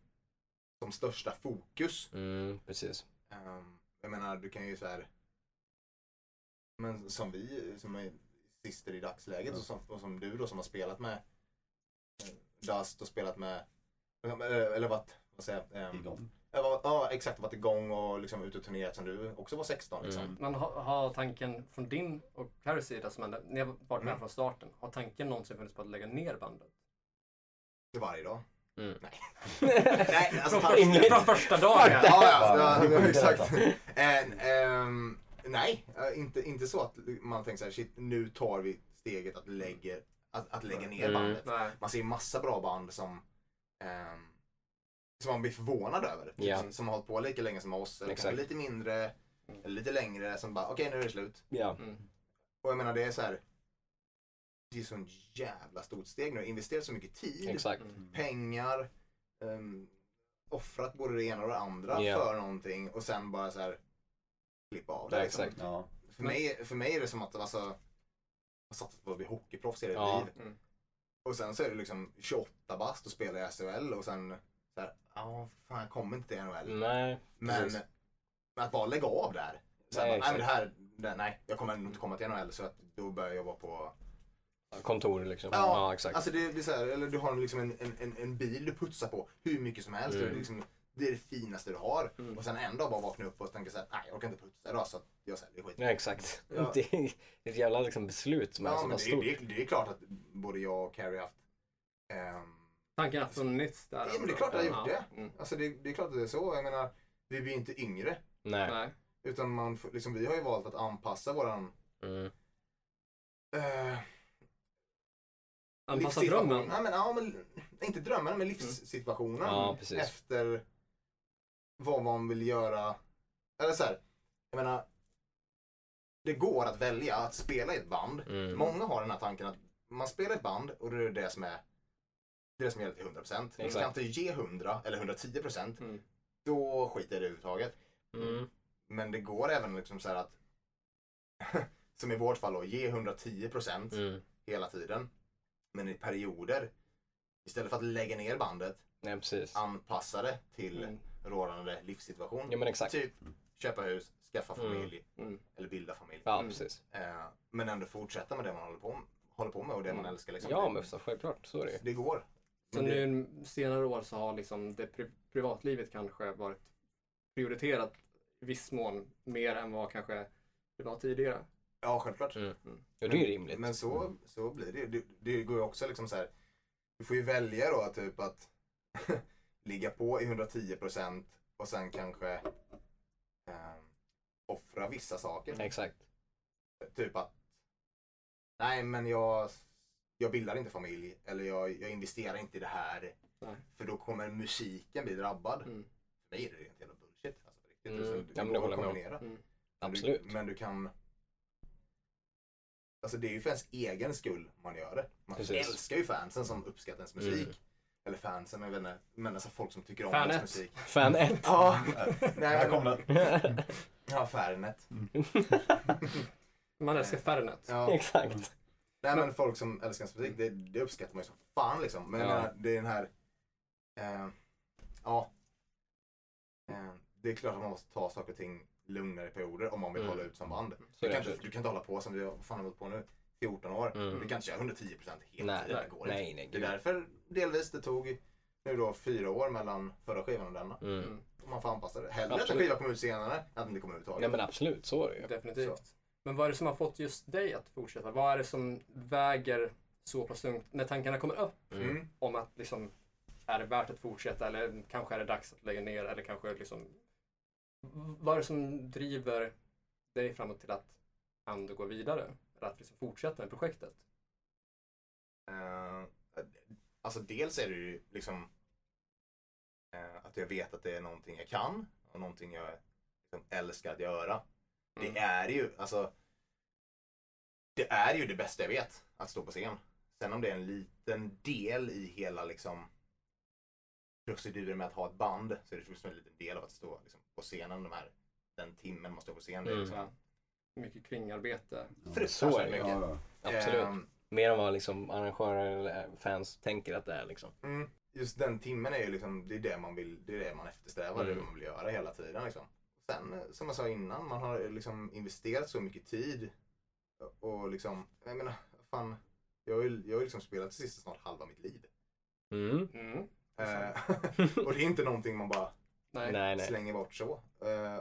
som största fokus. Mm, precis. Ehm, jag menar, du kan ju så här. Men som vi, som är sister i dagsläget och, som, och som du då som har spelat med eh, Dust och spelat med, eh, eller varit, vad säger jag? ehm, Igång. jag var- Ja, exakt. Varit igång och liksom ute och turnerat som du också var 16 liksom. Mm. Men har ha tanken från din och Harrys sida, som ändå, ni har varit med Mm. från starten, har tanken någonsin funnits på att lägga ner bandet? Det var varje dag. Mm. Nej. Nej, alltså från, tanken. första, från första dagen? Ja, ja, ja, Fan, ja, skit i exakt. detta. Eh, ehm, nej, eh, inte, inte så att man tänker så här, shit, nu tar vi steget att lägga, att, att lägga ner Mm. bandet. Nej. Man ser massa bra band som, ehm, som man blir förvånad över. Typ, Ja. som, som har hållit på lika länge som oss, eller kanske Exakt. lite mindre, eller lite längre, som bara, okej nu är det slut. Ja, Mm. Och jag menar det är så här, det är sån jävla stort steg nu, investerat så mycket tid, exakt. Mm. pengar, ehm, offrat både det ena och det andra Ja. för någonting och sen bara så här, klippa av det. Ja, liksom. exakt. Ja. För, mig, för mig är det som att alltså, jag har satsat på att bli hockeyproffs i hela Ja. mitt liv. Mm. Och sen så är det liksom 28 bast och spelar i SHL och sen så här, ja fan jag kommer inte till NHL. Nej, men, Mm, precis. men att bara lägga av där. Så Nej, nej, bara, exakt. nej, men det här, det, nej jag kommer nog inte komma till NHL så att då börjar jag jobba på kontor liksom. Ja, Ja, exakt. Alltså det, det är så här, eller du har liksom en, en, en, en bil du putsar på hur mycket som helst. Mm. Och det, är liksom, det är det finaste du har. Mm. Och sen en dag bara vakna upp och tänka så här, nej jag orkar inte putsa idag så att jag säljer skiten. ja, exakt. Ja. Det är ett jävla liksom, beslut som är Ja, så men pass det, är- stort. det, är- det är klart att både jag och Carrie haft... ehm, Tanken har funnits där. Ja, men det är ändå. klart det har gjort Ja. det. Mm. alltså det, det är klart att det är så. Jag menar, vi blir inte yngre. Nej. Nej. Utan man, får- liksom, vi har ju valt att anpassa våran... Mm. eh, Anpassa livssituation. drömmen. Nej, men, ja, men, inte drömmen, men livssituationen. Mm. Ja, precis. efter vad man vill göra. Eller så här, jag menar, det går att välja att spela i ett band. Mm. Många har den här tanken att man spelar i ett band och det är det som är det är det som gäller till 100 procent. Du Exakt. kan inte ge 100 eller 110 procent, Mm. då skiter jag i det överhuvudtaget. Mm. Men det går även liksom så här att, som i vårt fall då, ge 110 procent Mm. hela tiden. Men i perioder, istället för att lägga ner bandet, Nej, precis. anpassa det till Mm. rådande livssituation. Ja, men exakt. Typ köpa hus, skaffa Mm. familj Mm. eller bilda familj. Ja, Mm. precis. Eh, men ändå fortsätta med det man håller på, håller på med och det man Mm. älskar. Liksom. Ja, det, men så, självklart. Så är det ju. det går. Så Men det, nu senare år så har liksom det pri- privatlivet kanske varit prioriterat i viss mån mer än vad kanske det var tidigare. ja, självklart. Mm. Ja, det är ju rimligt. Mm. Men så, så blir det. ju. det. Det går ju också liksom så här. Du får ju välja då typ att ligga på i 110 procent och sen kanske eh, offra vissa saker. Exakt. Typ att nej men jag, jag bildar inte familj eller jag, jag investerar inte i det här. Nej. För då kommer musiken bli drabbad. Mm. För mig är det rent jävla bullshit. Alltså, på riktigt. Mm. Det är så- Ja, det men det går håller jag att med om. kombinera. Mm. Men du- Absolut. Men du kan... Alltså det är ju för ens egen skull man gör det. Man Precis. Mm. älskar ju fansen som uppskattar ens musik. Eller fansen, jag vet inte, men alltså folk som tycker om ens Fanet. musik. Fan 1. Ja, nej, Här men, kom den. Mm. Ja, Fanet. Man älskar Fernet. Eh, Ja. Exakt. Nej men folk som älskar ens musik, det, det uppskattar man ju som fan liksom. Men jag Ja. menar, det är den här... Eh, ja. Eh, det är klart att man måste ta saker och ting lugnare i perioder om man vill Mm. hålla ut som band. Så Du är det kan, inte, absolut. du kan inte hålla på som vi har vad fan har vi hållit på nu, 14 år. Mm. Du kan inte köra 110 procent hela Nej, tiden. Det går inte. Nej, nej, Det är gud. därför delvis det tog nu då fyra år mellan förra skivan och denna. Mm. Om man får anpassa det. Hellre att en Absolut. skiva kommer ut senare än att den inte kommer ut Nej överhuvudtaget. men absolut, så är det ju. Definitivt. Men vad är det som har fått just dig att fortsätta? Vad är det som väger så pass tungt när tankarna kommer upp Mm. Mm. om att liksom, är det värt att fortsätta eller kanske är det dags att lägga ner eller kanske liksom, vad är det som driver dig framåt till att ändå gå vidare? Eller att liksom fortsätta med projektet? Eh, alltså dels är det ju liksom eh, att jag vet att det är någonting jag kan och någonting jag liksom, älskar att göra. Mm. Det är ju, alltså. Det är ju det bästa jag vet, att stå på scen. Sen om det är en liten del i hela liksom proceduren med att ha ett band så är det fortfarande en liten del av att stå liksom, på scenen de här, den timmen man står på scen. Det är Mm. liksom Mycket kringarbete. Så är fruktansvärt det, mycket. Ja, Absolut. Ehm, Mer än vad liksom arrangörer eller fans tänker att det är liksom. Mm. Just den timmen är ju liksom, det är det man vill, det är det man eftersträvar, det är det Mm. man vill göra hela tiden liksom. Sen, eh, som jag sa innan, man har liksom investerat så mycket tid och liksom, jag menar, fan, jag har ju jag har ju liksom spelat sista snart halva mitt liv. Mm. Mm. Eh, och det är inte någonting man bara Nej. Nej, nej. slänger bort så. Eh,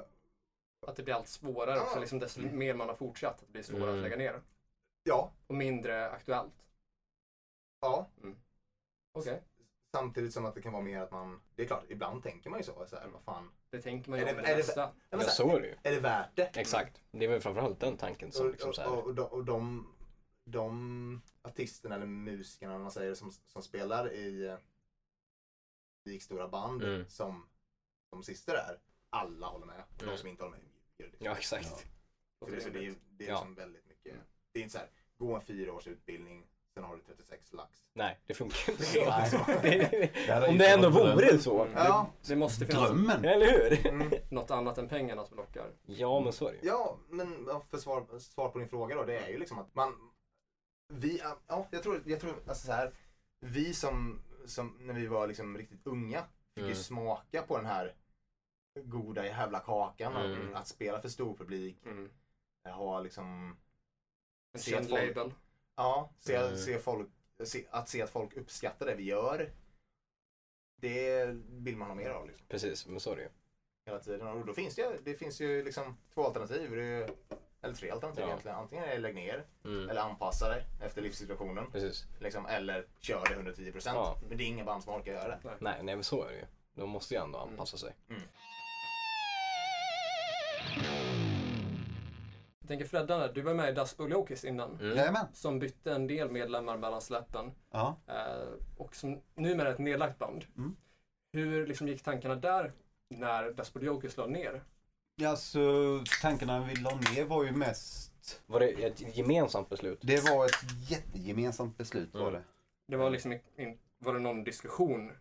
Att det blir allt svårare också, liksom, desto Mm. mer man har fortsatt, att det blir svårare Mm. att lägga ner. ja, Och mindre aktuellt. ja. Okej, Samtidigt som att det kan vara mer att man, det är klart, ibland tänker man ju så, så här, vad fan, det tänker man ju Är om det- det är det- mesta. Ja, Men men så så är det ju. här, är det värt det? Exakt. Det är väl framförallt den tanken som liksom så och, här. och, och, de, och de, de artisterna eller musikerna om man säger, som, som spelar i, eh, i stora band Mm. som de sista är, alla håller med. Och Mm. de som inte håller med ljuger. liksom. Ja, exakt. Så det, så det, är- det är Ja. liksom väldigt mycket. Det är inte så här, gå en fyraårsutbildning, sen har du 36 lax. Nej, det funkar inte så. Nej. Om här är ju Mm. det ändå som en dröm. vore så. Ja, Det måste finnas Drömmen! Eller hur? mm. något annat än pengarna som lockar. Ja, men så är det ju. ja men ja, för svar, svar på din fråga då, det är ju liksom att man, vi, är- ja jag tror, jag tror alltså så här, vi som, som när vi var liksom riktigt unga, fick Mm. ju smaka på den här goda jävla kakan. av Mm. Att spela för stor publik. Ha liksom, En Mm. Se att känd folk- label. ja, se, Mm. se folk, se, att se att folk uppskattar det vi gör. Det vill man ha mer av liksom, Precis, men så är det ju. hela tiden. Och då finns det, ju- det finns ju liksom två alternativ. Det är, ju- eller tre alternativ Ja. egentligen. Antingen är det lägg ner Mm. eller anpassa dig efter livssituationen. Precis. Liksom, eller kör det 110 procent. Ja. Men det är inga band som orkar göra det. Nej, nej, men så är det ju. De måste ju ändå anpassa sig. Jag tänker Freddan, där, du var med i Das Buglokis innan. Mm. Jajamän! Som bytte en del medlemmar mellan släppen. Ja. eh, Och som numera är ett nedlagt band. Mm. Hur liksom gick tankarna där när Das Buglokis la ner? Ja, så tankarna vi la ner var ju mest... Var det ett gemensamt beslut? Det var ett jättegemensamt beslut var Mm. det. Det var liksom in, var det någon diskussion?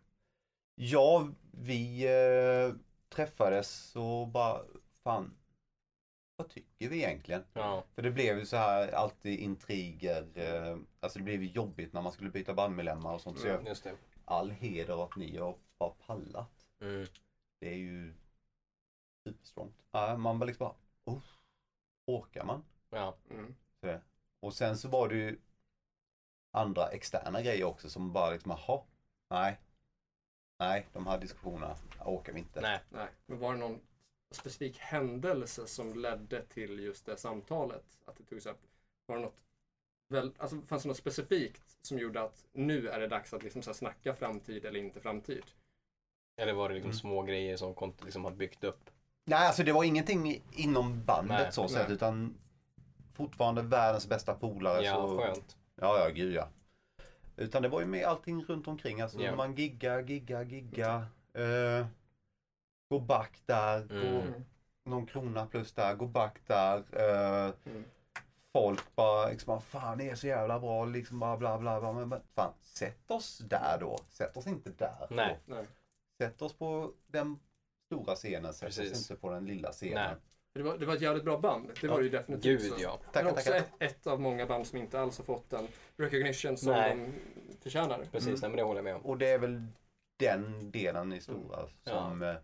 Ja, vi eh, träffades och bara, fan, vad tycker vi egentligen? Ja. För det blev ju så här alltid intriger, eh, alltså det blev ju jobbigt när man skulle byta bandmedlemmar och sånt. Så jag, Just det. all heder åt ni har bara pallat. Mm. Det är ju superstrongt. Ja, man var liksom bara, oh, orkar man? Ja. Mm. Och sen så var det ju andra externa grejer också som bara liksom, jaha, nej. Nej, de här diskussionerna orkar vi inte. Nej. Nej. Men var det någon specifik händelse som ledde till just det samtalet? Att det togs upp? Var det något väl, alltså fanns det något specifikt som gjorde att nu är det dags att liksom så här snacka framtid eller inte framtid? Eller var det liksom Mm. små grejer som kom, liksom har byggt upp? Nej, alltså det var ingenting i- inom bandet Nej, så nej. sett utan fortfarande världens bästa polare. Ja, så... skönt. Ja, ja, gud ja. Utan det var ju med allting runt omkring. Alltså Ja. man gigga, gigga, gigga. Eh, gå back där, gå Mm. någon krona plus där, gå back där. Eh, Mm. Folk bara liksom, bara, fan det är så jävla bra, liksom bara bla bla bla. Men, men fan, sätt oss där då. Sätt oss inte där. då. Nej. Nej. Sätt oss på den stora scenen, sätt Precis. oss inte på den lilla scenen. Nej. Det, var, det var ett jävligt bra band. Det var det ju definitivt. Gud så. ja. Tackar, Men också tackar. ett, ett av många band som inte alls har fått den recognition som Nej. de förtjänar. Precis, Mm. nej men det håller jag med om. Och det är väl den delen i Mm. stora som eh,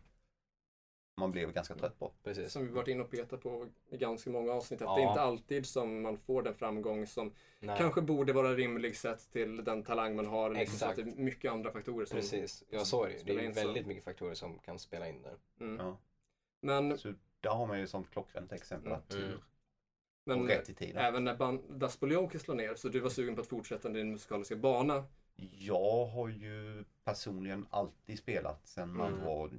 man blev ganska trött på. Precis. Som vi varit inne och petat på i ganska många avsnitt. Att Ja. det är inte alltid som man får den framgång som Nej. kanske borde vara rimlig sett till den talang man har. Liksom, så att det är Exakt. mycket andra faktorer som... Precis, jag såg det. Det Spela är ju in så. väldigt mycket faktorer som kan spela in där. Mm. Ja. Men, Så där har man ju som klockrent exempel Mm. att tur och men rätt i tiden. även när band- Das Polioki slår ner så du var sugen på att fortsätta din musikaliska bana. Jag har ju personligen alltid spelat sedan man Mm. var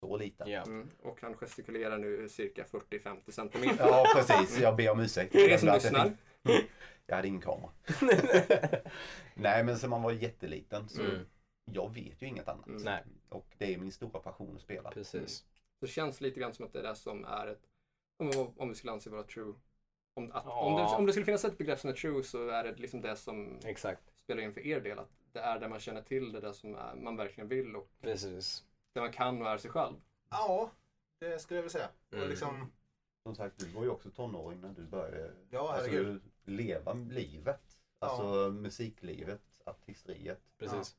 så liten. Ja. Mm. Och han gestikulerar nu cirka 40-50 centimeter. Ja precis, jag ber om ursäkt. För er som Jag glömde att lyssnar. Jag, fick- jag hade ingen kamera. Nej men sen man var jätteliten så Mm. jag vet ju inget annat. Mm. Nej, Och det är min stora passion att spela. precis. Det känns lite grann som att det är det som är ett, om, om vi skulle anse vara true. Om, att, Ja. om, det, om det skulle finnas ett begrepp som är true så är det liksom det som Mm. Exakt, spelar in för er del. Att det är där man känner till, det där som är, man verkligen vill och precis. det man kan och är sig själv. Ja, det skulle jag vilja säga. Mm. Och liksom, Som sagt, du var ju också tonåring när du började ja, herregud. alltså, leva livet. Alltså musiklivet, artisteriet, precis.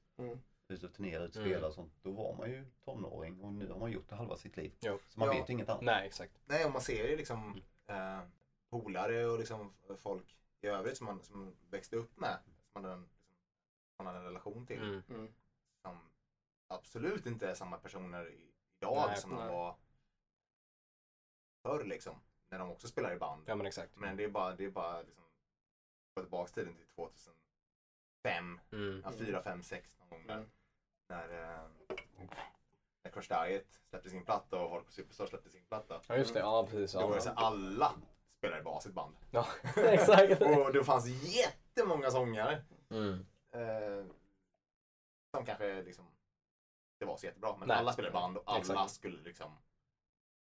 ut och turnera, ut och Mm. spela och sånt. Då var man ju tonåring och nu har man gjort det halva sitt liv. Jo. Så man Ja. vet ju inget annat. Nej, exakt. Nej, och man ser ju liksom eh, polare och liksom folk i övrigt som man, som man växte upp med. Som man, hade en, liksom, man hade en relation till. Mm. Mm. Som absolut inte är samma personer i- idag Nej, som nej. de var förr liksom. När de också spelar i band. Ja men exakt. Men det är bara, det är bara liksom, gå tillbaka tiden till 2005, Mm. ja, 4, 5, 6 någon gång där. Mm. När, eh, när Crush Diet släppte sin platta och Hardcore Superstar släppte sin platta. Ja just det, ja precis. Då var Ja. det så här, alla spelade bas i ett band. Ja, exakt. Och det fanns jättemånga sångare. Mm. Eh, som kanske liksom inte var så jättebra. Men Nej. alla spelade band och alla Exakt. skulle liksom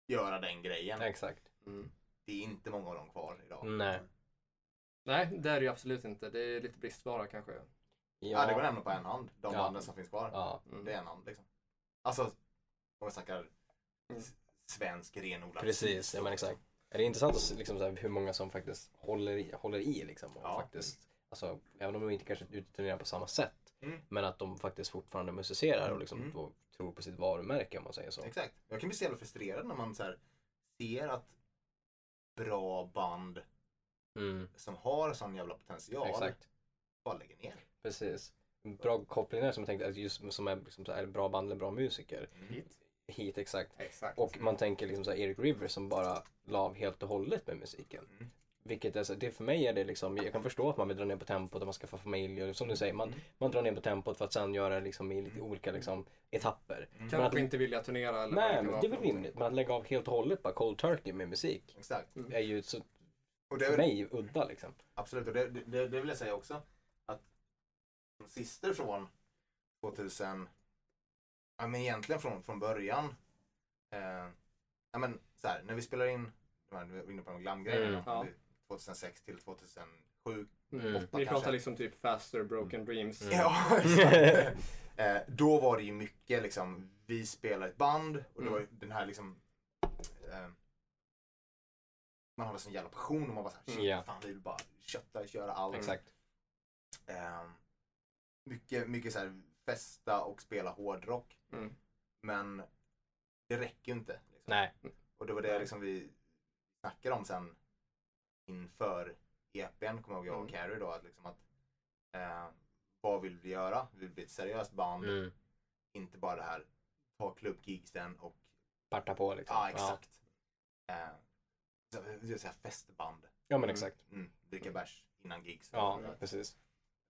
göra den grejen. Exakt. Det är inte många av dem kvar idag. Nej. Nej, det är det ju absolut inte. Det är lite bristvara kanske. Ja. det går att nämna på en hand. De Ja. banden som finns kvar. Ja, Mm. Det är en hand liksom. Alltså, om vi snackar s- svensk renodlad Mm. precis. Ja men exakt. Är det är intressant att se liksom, så här, hur många som faktiskt håller i, håller i liksom. Och Ja. faktiskt, alltså, även om de inte kanske utturnerar på samma sätt. Mm. Men att de faktiskt fortfarande musicerar och liksom Mm. då tror på sitt varumärke om man säger så. Exakt. Jag kan bli så jävla frustrerad när man så här, ser att bra band Mm. som har sån jävla potential Exakt. bara lägger ner. Precis. Bra kopplingar som jag tänkte, att just som är, liksom, så här, är det bra band eller bra musiker. Mm, Hit exakt. Exakt. Och man tänker liksom så här, Eric Rivers som bara la av helt och hållet med musiken. Mm. Vilket är så, det för mig är det liksom, jag kan förstå att man vill dra ner på tempot och man ska få familj och som du säger, man, Mm. man drar ner på tempot för att sen göra det liksom i lite olika liksom, etapper. mm. Kanske att- inte vilja turnera eller vad Nej, kan men vara det är för väl någonting. rimligt, men att lägga av helt och hållet bara cold turkey med musik Exakt. Mm. är ju så, Och det är för väl, mig udda liksom. absolut, och det, det, det vill jag säga också. Att Sister från 2000, ja men egentligen från, från början. Eh, ja men så här, när vi spelar in, de här- vi var inne på de glamgrejerna, Mm. Ja. 2006 till 2007 Mm. Mm. Vi Kanske. pratar liksom typ Faster, Broken Dreams. Mm. Ja, exakt. eh, då var det ju mycket liksom, vi spelar ett band och det var ju den här liksom eh, man hade sån jävla passion och man bara såhär, shit, Ja. fan vi vill bara kötta och köra allt. Mm. Exakt. Eh, mycket, mycket såhär festa och spela hårdrock. Mm. Men det räcker ju inte. Liksom. Nej, Och det var det liksom vi snackade om sen inför EPn, kommer jag ihåg, jag och Mm. Carrie då, att liksom att eh, vad vill vi göra? Vi vill bli ett seriöst band, mm. inte bara det här ta klubbgigsen och parta på liksom. ja, exakt. Eh, så- det vill säga festband, Ja, men exakt. mm, dricka bärs innan gigs. Ja, precis.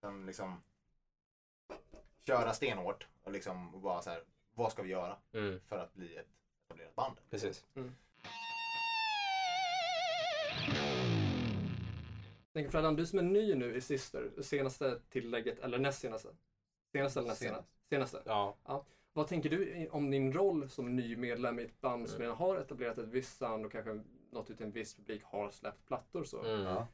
Sen liksom köra stenhårt och liksom och bara så här, vad ska vi göra Mm. för att bli ett etablerat band? Precis. tänker Freddan, du som är ny nu i Sister, senaste tillägget, eller näst senaste? Senaste eller näst senaste? Senaste. Ja. Vad tänker du i- om din roll som ny medlem i ett band som redan har etablerat ett visst sound och kanske nått ut till en viss publik, har släppt plattor så? Mm. Ja.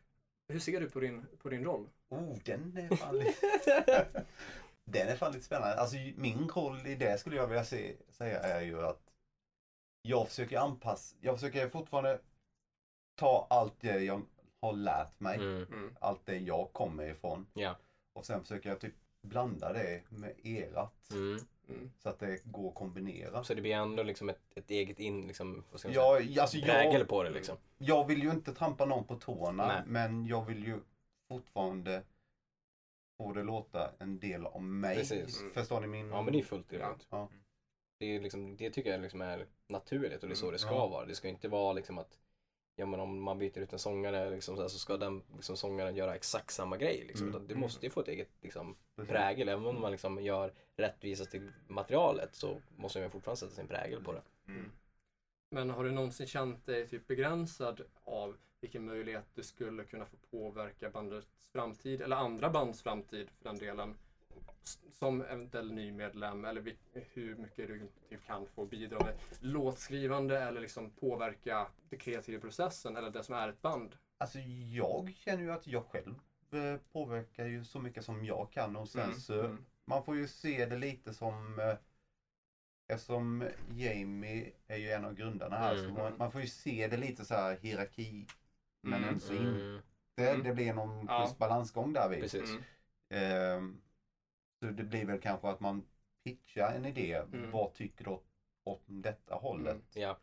Hur ser du på din, på din roll? Oh, den är fan lite... den är fan lite spännande. Alltså min roll i det skulle jag vilja se, säga är ju att jag försöker anpassa, jag försöker fortfarande ta allt det jag har lärt mig, Mm. Mm. allt det jag kommer ifrån. Ja. Och sen försöker jag typ blanda det med erat Mm. Mm. så att det går att kombinera. Så det blir ändå liksom ett, ett eget in, liksom, vad ska man säga, Jag, Mm. alltså jag, prägel på det liksom. jag vill ju inte trampa någon på tårna Nej. men jag vill ju fortfarande få det låta en del om mig. Precis. Mm. Förstår ni min... Ja men det är fullt Ja. rimligt. Ja. Det, är liksom, det tycker jag liksom är naturligt och det är så Mm, det ska ja. vara. Det ska inte vara liksom att ja, men om man byter ut en sångare liksom, så, här, så ska den liksom, sångaren göra exakt samma grej. Liksom. Mm. Utan Det måste ju få ett eget liksom, Precis. prägel. Även om man liksom, gör rättvisa till materialet så måste man ju fortfarande sätta sin prägel på det. Mm. Men har du någonsin känt dig typ begränsad av vilken möjlighet du skulle kunna få påverka bandets framtid eller andra bands framtid för den delen? s- Som eventuell ny medlem eller vil- hur mycket du typ kan få bidra med låtskrivande eller liksom påverka den kreativa processen eller det som är ett band. Alltså jag känner ju att jag själv eh, påverkar ju så mycket som jag kan och sen Mm, så mm. man får ju se det lite som eh, Eftersom Jamie är ju en av grundarna här Mm. så man, man får ju se det lite så här hierarki men Mm, ändå så inte. Det, det blir någon Ja. schysst balansgång där vid. Precis. Mm. Ehm, så det blir väl kanske att man pitchar en idé. Mm. Vad tycker du åt- åt detta hållet? Mm. Ja.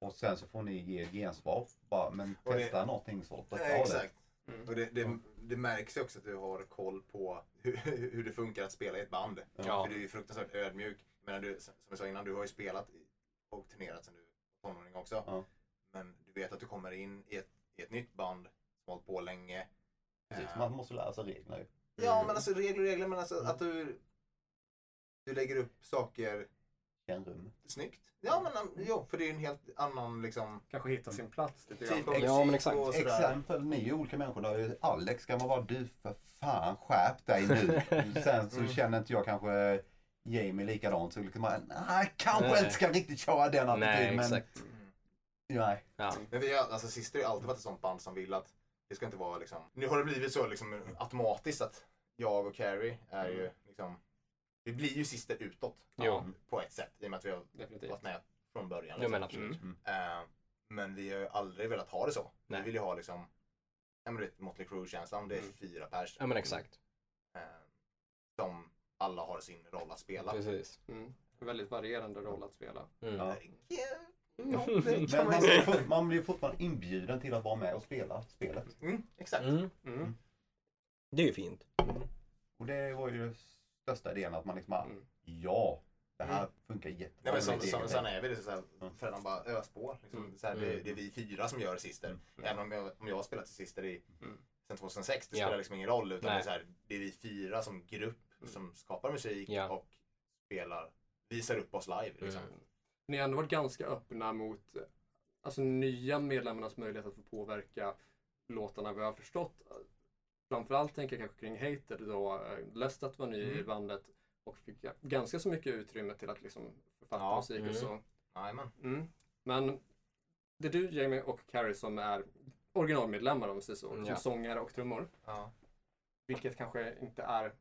Och sen så får ni ge gensvar. Bara, men Och det- testa någonting så åt detta Nej, hållet. exakt. Mm. Och det, det, det märks ju också att du har koll på hur, hur det funkar att spela i ett band. Ja. För du är ju fruktansvärt ödmjuk. Men du, som jag sa innan, du har ju spelat i- och turnerat sedan du var tonåring också. Ja. Men du vet att du kommer in i ett, i ett nytt band som har hållit på länge. Precis, Eh, man måste lära sig reglerna ju. Ja, men alltså regler och regler, men alltså att du, du lägger upp saker Kärnrum. snyggt. Ja, Mm. men um, jo, för det är ju en helt annan liksom... Kanske hitta sin plats lite grann. typ av Ja, musik men exakt. och sådär. Exempel, ni är olika människor. Där. är ju Alex kan man vara du för fan skärp dig nu. Sen så känner inte jag kanske Jamie likadant. Så liksom, man, nej, kanske Nej. inte ska riktigt köra den Nej, attityden. Men, exakt. nej. Ja. Mm. Men vi har, alltså Sister har alltid varit ett sånt band som vill att det ska inte vara liksom... Nu har det blivit så liksom automatiskt att jag och Carrie är Mm. ju liksom... Vi blir ju Sister utåt. Jo. På ett sätt, i och med att vi har Definitivt. varit med från början. Jo liksom. men absolut. Eh, men vi har ju aldrig velat ha det så. Nej. Vi vill ju ha liksom... Ja men du vet Motley Crue-känslan, det är Mm. fyra pers. Ja men exakt. Eh, som alla har sin roll att spela. Precis. Mm. En väldigt varierande roll att spela. Mm. Ja. Ja, ja, det Men kan man man, ju säga. blir fort- man blir fortfarande inbjuden till att vara med och spela spelet. Mm, exakt. Mm. Mm. Det är ju fint. Mm. Och det var ju största delen att man liksom, bara, Mm. ja, det här funkar jättebra. Nej, men som, med det. som, sen är vi det så här, Mm. Freddan bara öspår. Liksom, Mm. så här, det, Mm. det är vi fyra som gör Sister. Även om jag, om jag har spelat i Sister i, Mm. sen 2006, det Ja. spelar liksom ingen roll. Utan Nej. det, är så här, det är vi fyra som grupp Mm. som skapar musik Ja. och spelar, visar upp oss live. Liksom. Mm. ni har ändå varit ganska öppna mot eh, alltså, nya medlemmarnas möjlighet att få påverka låtarna vad jag har förstått. Eh, Framförallt tänker jag kanske kring Hater då eh, Lestat var ny i Mm. bandet och fick ga- ganska så mycket utrymme till att liksom författa Ja, musik mm. och så. Jajamän. Mm. Men det är du Jamie och Carrie som är originalmedlemmar om vi säger så, Mm, som ja. sångare och trummor. Ja. Vilket kanske inte är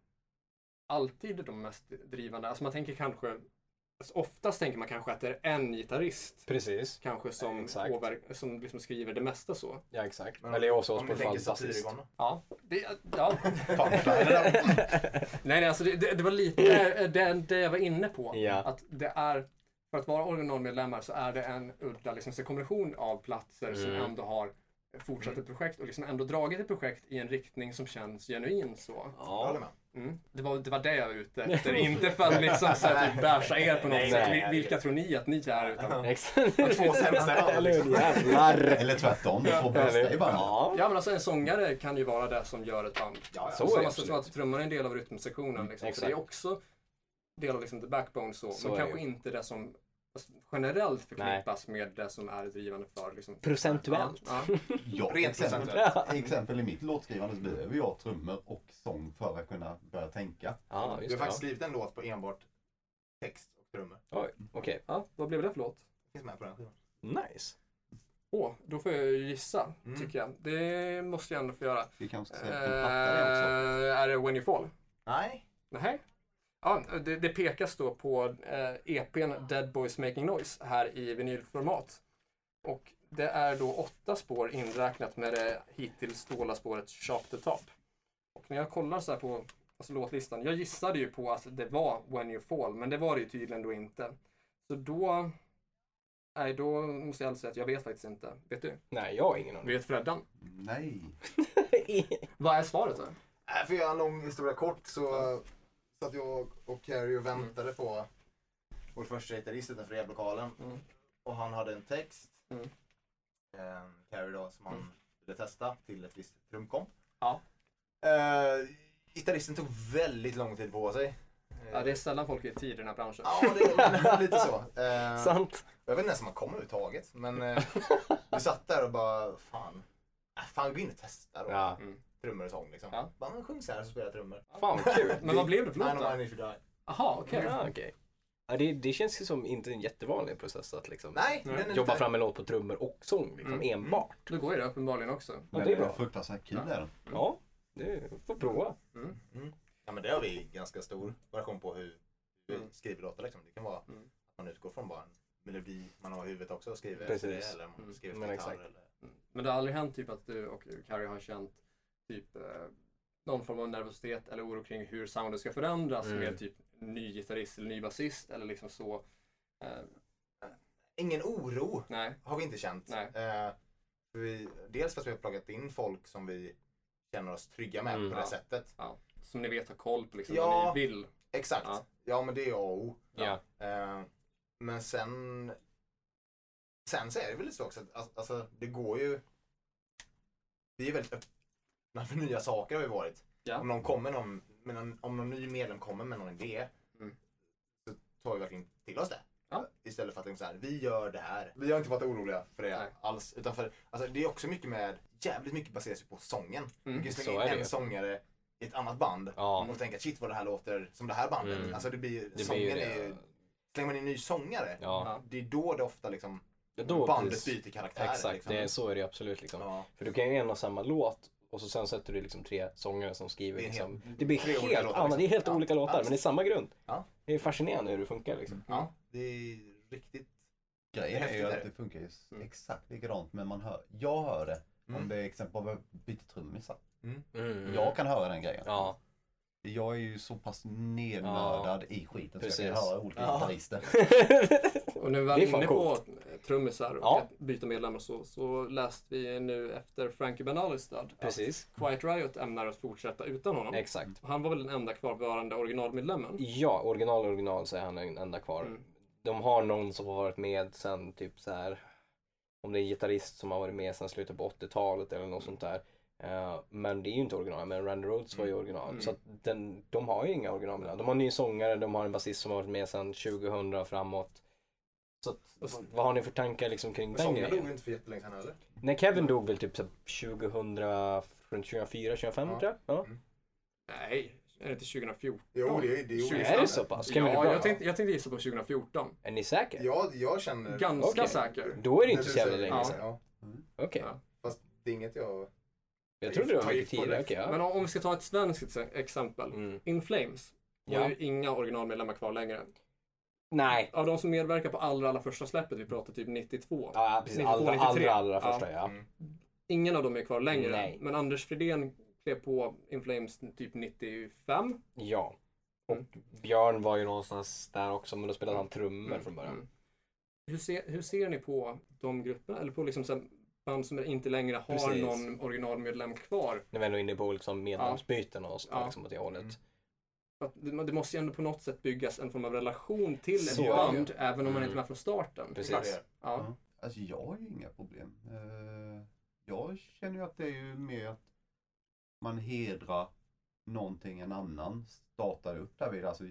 alltid de mest drivande. Alltså man tänker kanske, alltså oftast tänker man kanske att det är en gitarrist Precis. kanske som, Exakt. påverk- som liksom skriver det mesta så. Ja exakt. Men om- Eller jag också Om ni på fall tänker basist. Satyricon då? Ja, det, ja. Fan, vad är det där? nej, nej alltså det, det, det var lite det, det, det jag var inne på. Ja. Att det är, för att vara originalmedlemmar så är det en udda liksom, så kombination av platser som Mm. ändå har fortsatt ett projekt och liksom ändå dragit ett projekt i en riktning som känns genuin så. Jag håller Ja. med. Mm. Det, var, det var det jag var ute efter, inte för att liksom så att typ basha er på något Nej, sätt. nej. Vi- Vilka tror ni att ni är? Utan, Exakt. De två sämsta i bandet. Eller hur? Liksom. Jävlar. Eller tvärtom, de två bästa i bandet. Ja. Ja men alltså en sångare kan ju vara det som gör ett band. Ja, Så Så är Samma det sätt som absolut. Mm, att trummar är en del av rytmsektionen. Liksom. Så exakt. det är också del av liksom the backbone så, Så men är det kanske ju. inte det som alltså, generellt förknippas med det som är drivande för liksom, Procentuellt. Ja, Ja, Rent exempel, procentuellt. exempel i mitt låtskrivande så behöver jag trummor och sång för att kunna börja tänka. Ja, jag just har det. faktiskt Ja. skrivit en låt på enbart text och trummor. Okej. ja, vad blev det för låt? Finns med på den skivan. Nice. Åh, då får jag ju gissa, Mm. tycker jag. Det måste jag ändå få göra. Vi kanske ska Eh, säga att en platta det också. är det When You Fall? Nej. Nej. Ja, det, det pekas då på eh, EPn Dead Boys Making Noise här i vinylformat. Och det är då åtta spår inräknat med det hittills dåliga spåret Sharp the Top. Och när jag kollar så här på alltså, låtlistan, jag gissade ju på att det var When You Fall, men det var det ju tydligen då inte. Så då, nej då måste jag alltså säga att jag vet faktiskt inte. Vet du? Nej, jag har ingen aning. Vet Freddan? Nej. Vad är svaret då? Äh, För att göra en lång historia kort så eh, satt jag och Carrie och väntade på vår första gitarrist utanför replokalen. Mm. Och han hade en text, Mm. eh, Carrie då, som han Mm. ville testa till ett visst trumkomp. Ja. Eh, gitarristen tog väldigt lång tid på sig. Eh, Ja, det är sällan folk är i tid i den här branschen. Ja, det är lite så. Eh, Sant. Jag vet inte ens om han kom överhuvudtaget. Men eh, vi satt där och bara, fan. Äh, fan, gå in och testa då. Ja. Mm. Trummor och sång liksom. Ja. Bara, men sjung så här så spelar jag trummor. Fan vad kul. Men vad blev det för låt Nine of då? Mine If You Die. Jaha, okej. Ja, okej. Ja, det, det känns ju som inte en jättevanlig process att liksom Nej, Nej. den är jobba inte- fram en låt på trummor och sång liksom, Mm. enbart. Då går ju det uppenbarligen också. Ja, det är bra. Fruktansvärt kul är det. Ja, det får prova. Mm. Ja men det har vi ganska stor variation på hur hur vi Mm. skriver låtar liksom. Det kan vara Mm. att man utgår från bara en melodi man har i huvudet också och skriver Precis. efter det, eller om man Mm. skriver Men efter exakt. gitarr eller... Men det har aldrig hänt typ att du och Carrie har känt typ eh, någon form av nervositet eller oro kring hur soundet ska förändras Mm. med typ ny gitarrist eller ny basist eller liksom så. Eh, Ingen oro nej, har vi inte känt. Nej. Eh, för vi, dels för att vi har plockat in folk som vi känner oss trygga med Mm. på det Ja. sättet. som ni vet har koll på liksom Ja. vad ni vill. Exakt. Ja. Ja, men det är A och O. Ja. Eh, men sen... Sen så är det väl så också att alltså, det går ju... Vi är väldigt öppna för nya saker har vi varit. Ja. Om, någon kommer någon, med någon, om någon ny medlem kommer med någon idé Mm. så tar vi verkligen till oss det. Ja. Istället för att liksom så här, vi gör det här. Vi har inte varit oroliga för det Nej. alls. Utan för, alltså, det är också mycket med, jävligt mycket baseras ju på sången. Mm. Du kan Så slänga är in det. en sångare i ett annat band Ja. och tänka shit vad det här låter som det här bandet. Mm. Alltså det blir ju, Det blir sången ju är det. ju, slänger man in en ny sångare, Ja. Ja. det är då det ofta liksom, Det är då bandet precis- byter karaktär. Exakt, liksom. det är, så är det ju absolut liksom. Ja. För du kan ju ha en och samma låt och så sen sätter du liksom tre sångare som skriver Det är liksom. helt- Det blir tre olika helt låtar, annorlunda, liksom. det är helt Ja. olika låtar Ja, men det är samma grund. Ja. Det är fascinerande hur det funkar liksom. ja, det är riktigt. Grejen är ju Häftigt är att det. det funkar ju Mm. exakt likadant men man hör, jag hör det. Mm. Om det är exempel byter trummisar. Mm. Jag kan höra den grejen. Ja, Jag är ju så pass nednördad i skiten så jag kan Precis. höra olika Ja. gitarrister. Och nu är Det vi är fan inne på eh, trummisar och Ja. att byta medlemmar och så, så läste vi nu efter Frankie Bernalis död att precis. Quiet Riot ämnar att fortsätta utan honom. Exakt. Han var väl den enda kvarvarande originalmedlemmen? Ja, original original så är han den enda kvar. Mm. De har någon som har varit med sen typ så här om det är en gitarrist som har varit med sen slutet på 80-talet eller något sånt där. Eh, men det är ju inte original, men Randy Rhodes var ju original. Mm. Så att den, de har ju inga original. De har en ny sångare, de har en basist som har varit med sedan 2000 och framåt. Så att, Och s- vad har ni för tankar liksom kring Men den sångaren dog grejen? ju inte för jättelänge sedan heller. När Kevin dog väl typ så här 2000, runt 2004, 2005 Ja. tror jag. Ja. Mm. Nej, är det inte 2014? Jo, det, är- det är Tjugo- olika. Är det så pass? Kan vi ja, bra? jag tänkte, jag tänkte gissa på 2014. Är ni säkra? Jag, jag känner... Mm. Ganska Okej. säker. Då är det när inte du så jävla säger- länge ja. sedan. Ja, Okej, Ja. fast det är inget jag... jag trodde det var Ta mycket gift på tidigare. det. Okej, ja. Men om om vi ska ta ett svenskt ex- exempel. Mm. In Flames har Ja. ju inga originalmedlemmar kvar längre. Nej, Av de som medverkar på allra, allra första släppet, vi pratar typ 92. ja, precis. 92, Allra, 93. allra, allra Ja. första ja. Mm. Ingen av dem är kvar längre. Nej. Men Anders Fridén klev på In Flames typ 95. Ja. Mm. Och Björn var ju någonstans där också, men då spelade han trummor Mm, från början. mm. Hur, ser, hur ser ni på de grupperna? Eller på liksom så här band som inte längre har Precis. någon originalmedlem kvar? När vi ändå är inne på liksom medlemsbyten och sånt Ja. liksom åt det hållet. Mm. att det, det måste ju ändå på något sätt byggas en form av relation till Så är ett det. band, även om man Mm. inte är med från starten. Precis. Klart det är. Ja. Alltså jag har ju inga problem. Eh, Jag känner ju att det är ju mer att man hedrar någonting en annan startar upp där vid. Alltså,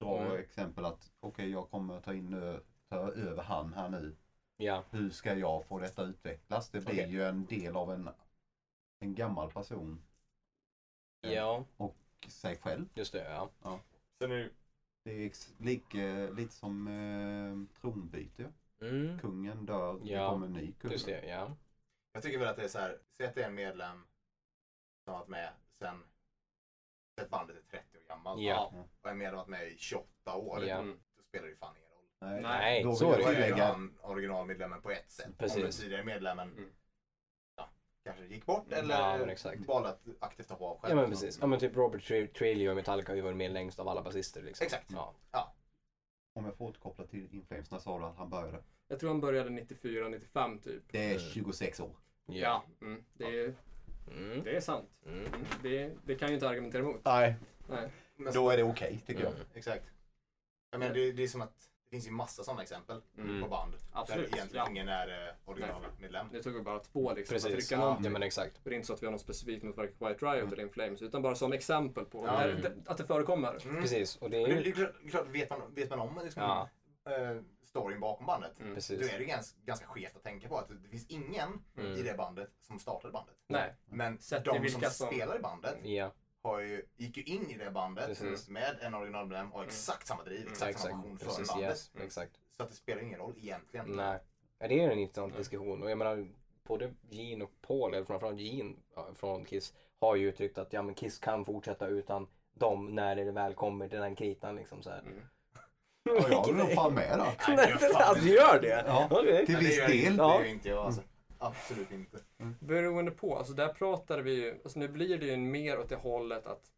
dra Mm. exempel att okej jag kommer ta in eh, ta över han här nu. Ja, Hur ska jag få detta utvecklas? Det blir Okej. ju en del av en, en gammal person, ja, sig själv. just det. Ja. Sen är det ju- Det är ex- lik, eh, lite som eh, tronbyte. Mm. Kungen dör, det Ja, kommer en ny kung. Just det, ja. jag tycker väl att det är så här, säg att det är en medlem som har varit med sen, säg att bandet är 30 år gammalt. Ja. Mm. Och en medlem har varit med i 28 år. Ja. Mm. Då spelar det ju fan ingen roll. Nej, Nej, då vill så är jag det ju. Då är ju tillägga, han originalmedlemmen på ett sätt. Om den Precis. tidigare medlemmen Mm. ja, kanske gick bort Mm, eller ja, men exakt. valde att aktivt hoppa av själv. Ja men precis. Ja men typ Robert Tra- Trujillo i Metallica har ju varit med längst av alla basister liksom. Exakt. Ja. om jag får återkoppla till Inflames, när sa du att han började? Jag tror han började 94, 95 typ. Det är Mm. 26 år. Ja. Mm, det, är, Mm. det är sant. Mm. Mm, Det, det kan ju inte argumentera emot. Nej, Nej. Men- då är det okej tycker Mm. jag. Exakt. Jag menar, det, det är som att det finns ju massa sådana exempel Mm. på band. Absolut, Där egentligen ja. ingen är eh, originalmedlem. Det tog ju bara två liksom att Precis. trycka Ja någonting. men Mm. exakt. Det är inte så att vi har något specifikt mot varken White Riot eller Inflames utan bara som exempel på Ja. när det, att det förekommer. Mm. Precis. Och det Men är Det, ju... det är klart, det är klart vet, man, vet man om liksom, Ja, eh, storyn bakom bandet, Mm. då precis. är det ganska, ganska skevt att tänka på att det finns ingen Mm. i det bandet som startade bandet. Nej. Men Sett till de som, vilka som- spelar i bandet Ja, har ju, gick ju in i det bandet Precis. med en originalmedlem och exakt samma driv, Mm, exakt samma exakt. passion för Precis, bandet. yes. Exakt. Så att det spelar ingen roll egentligen. Nej. Ja, det är en intressant Mm. diskussion och jag menar både Gene och Paul, eller framförallt Gene ja, från Kiss, har ju uttryckt att ja, men Kiss kan fortsätta utan dem när det väl kommer till den kritan liksom så här. Mm. Och jag håller nog fan med där. Nej, det gör fan Alltså inte. gör det? Ja. Okej. Till Nej, det viss gör jag inte. del. Ja. Det gör inte jag alltså. Absolut inte. Beroende på, alltså där pratar vi ju, alltså nu blir det ju mer åt det hållet att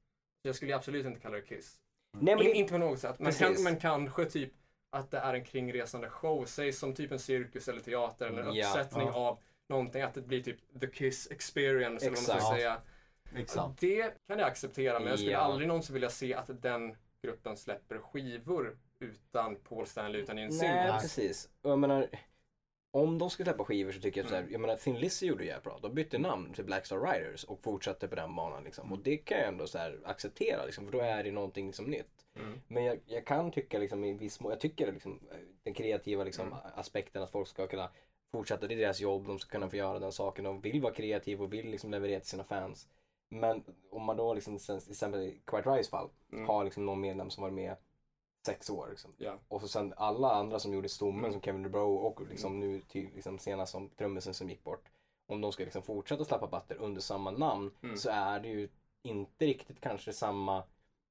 jag skulle ju absolut inte kalla det Kiss. Nej men In, det, inte på något sätt, men, Precis. kan, men kanske typ att det är en kringresande show, säg som typ en cirkus eller teater eller en Mm, Ja. uppsättning Ja. av någonting, att det blir typ the Kiss experience eller vad man Exakt. ska säga. Exakt. Det kan jag acceptera, men jag skulle Ja. aldrig någonsin vilja se att den gruppen släpper skivor utan Paul Stanley, utan i en nej singel. precis. Och jag menar, om de skulle släppa skivor så tycker jag att så här, jag menar Thin Lizzy gjorde jävligt bra. De bytte namn till Black Star Riders och fortsatte på den banan liksom. Och det kan jag ändå så här acceptera liksom, för då är det någonting liksom nytt. Mm. Men jag, jag kan tycka liksom i viss mån, jag tycker liksom eh, den kreativa liksom Mm. a- aspekten att folk ska kunna fortsätta, det är deras jobb, de ska kunna få göra den saken, de vill vara kreativa och vill liksom leverera till sina fans. Men om man då liksom, sen- till exempel i Quiet Rice fall, Mm. har liksom någon medlem som varit med sex år liksom. Ja. Mm. Och så sen alla andra som gjorde stommen som Kevin DeBrow och liksom nu till, liksom senast som trummisen som gick bort. Om de ska liksom fortsätta släppa batter under samma namn Mm. så är det ju inte riktigt kanske samma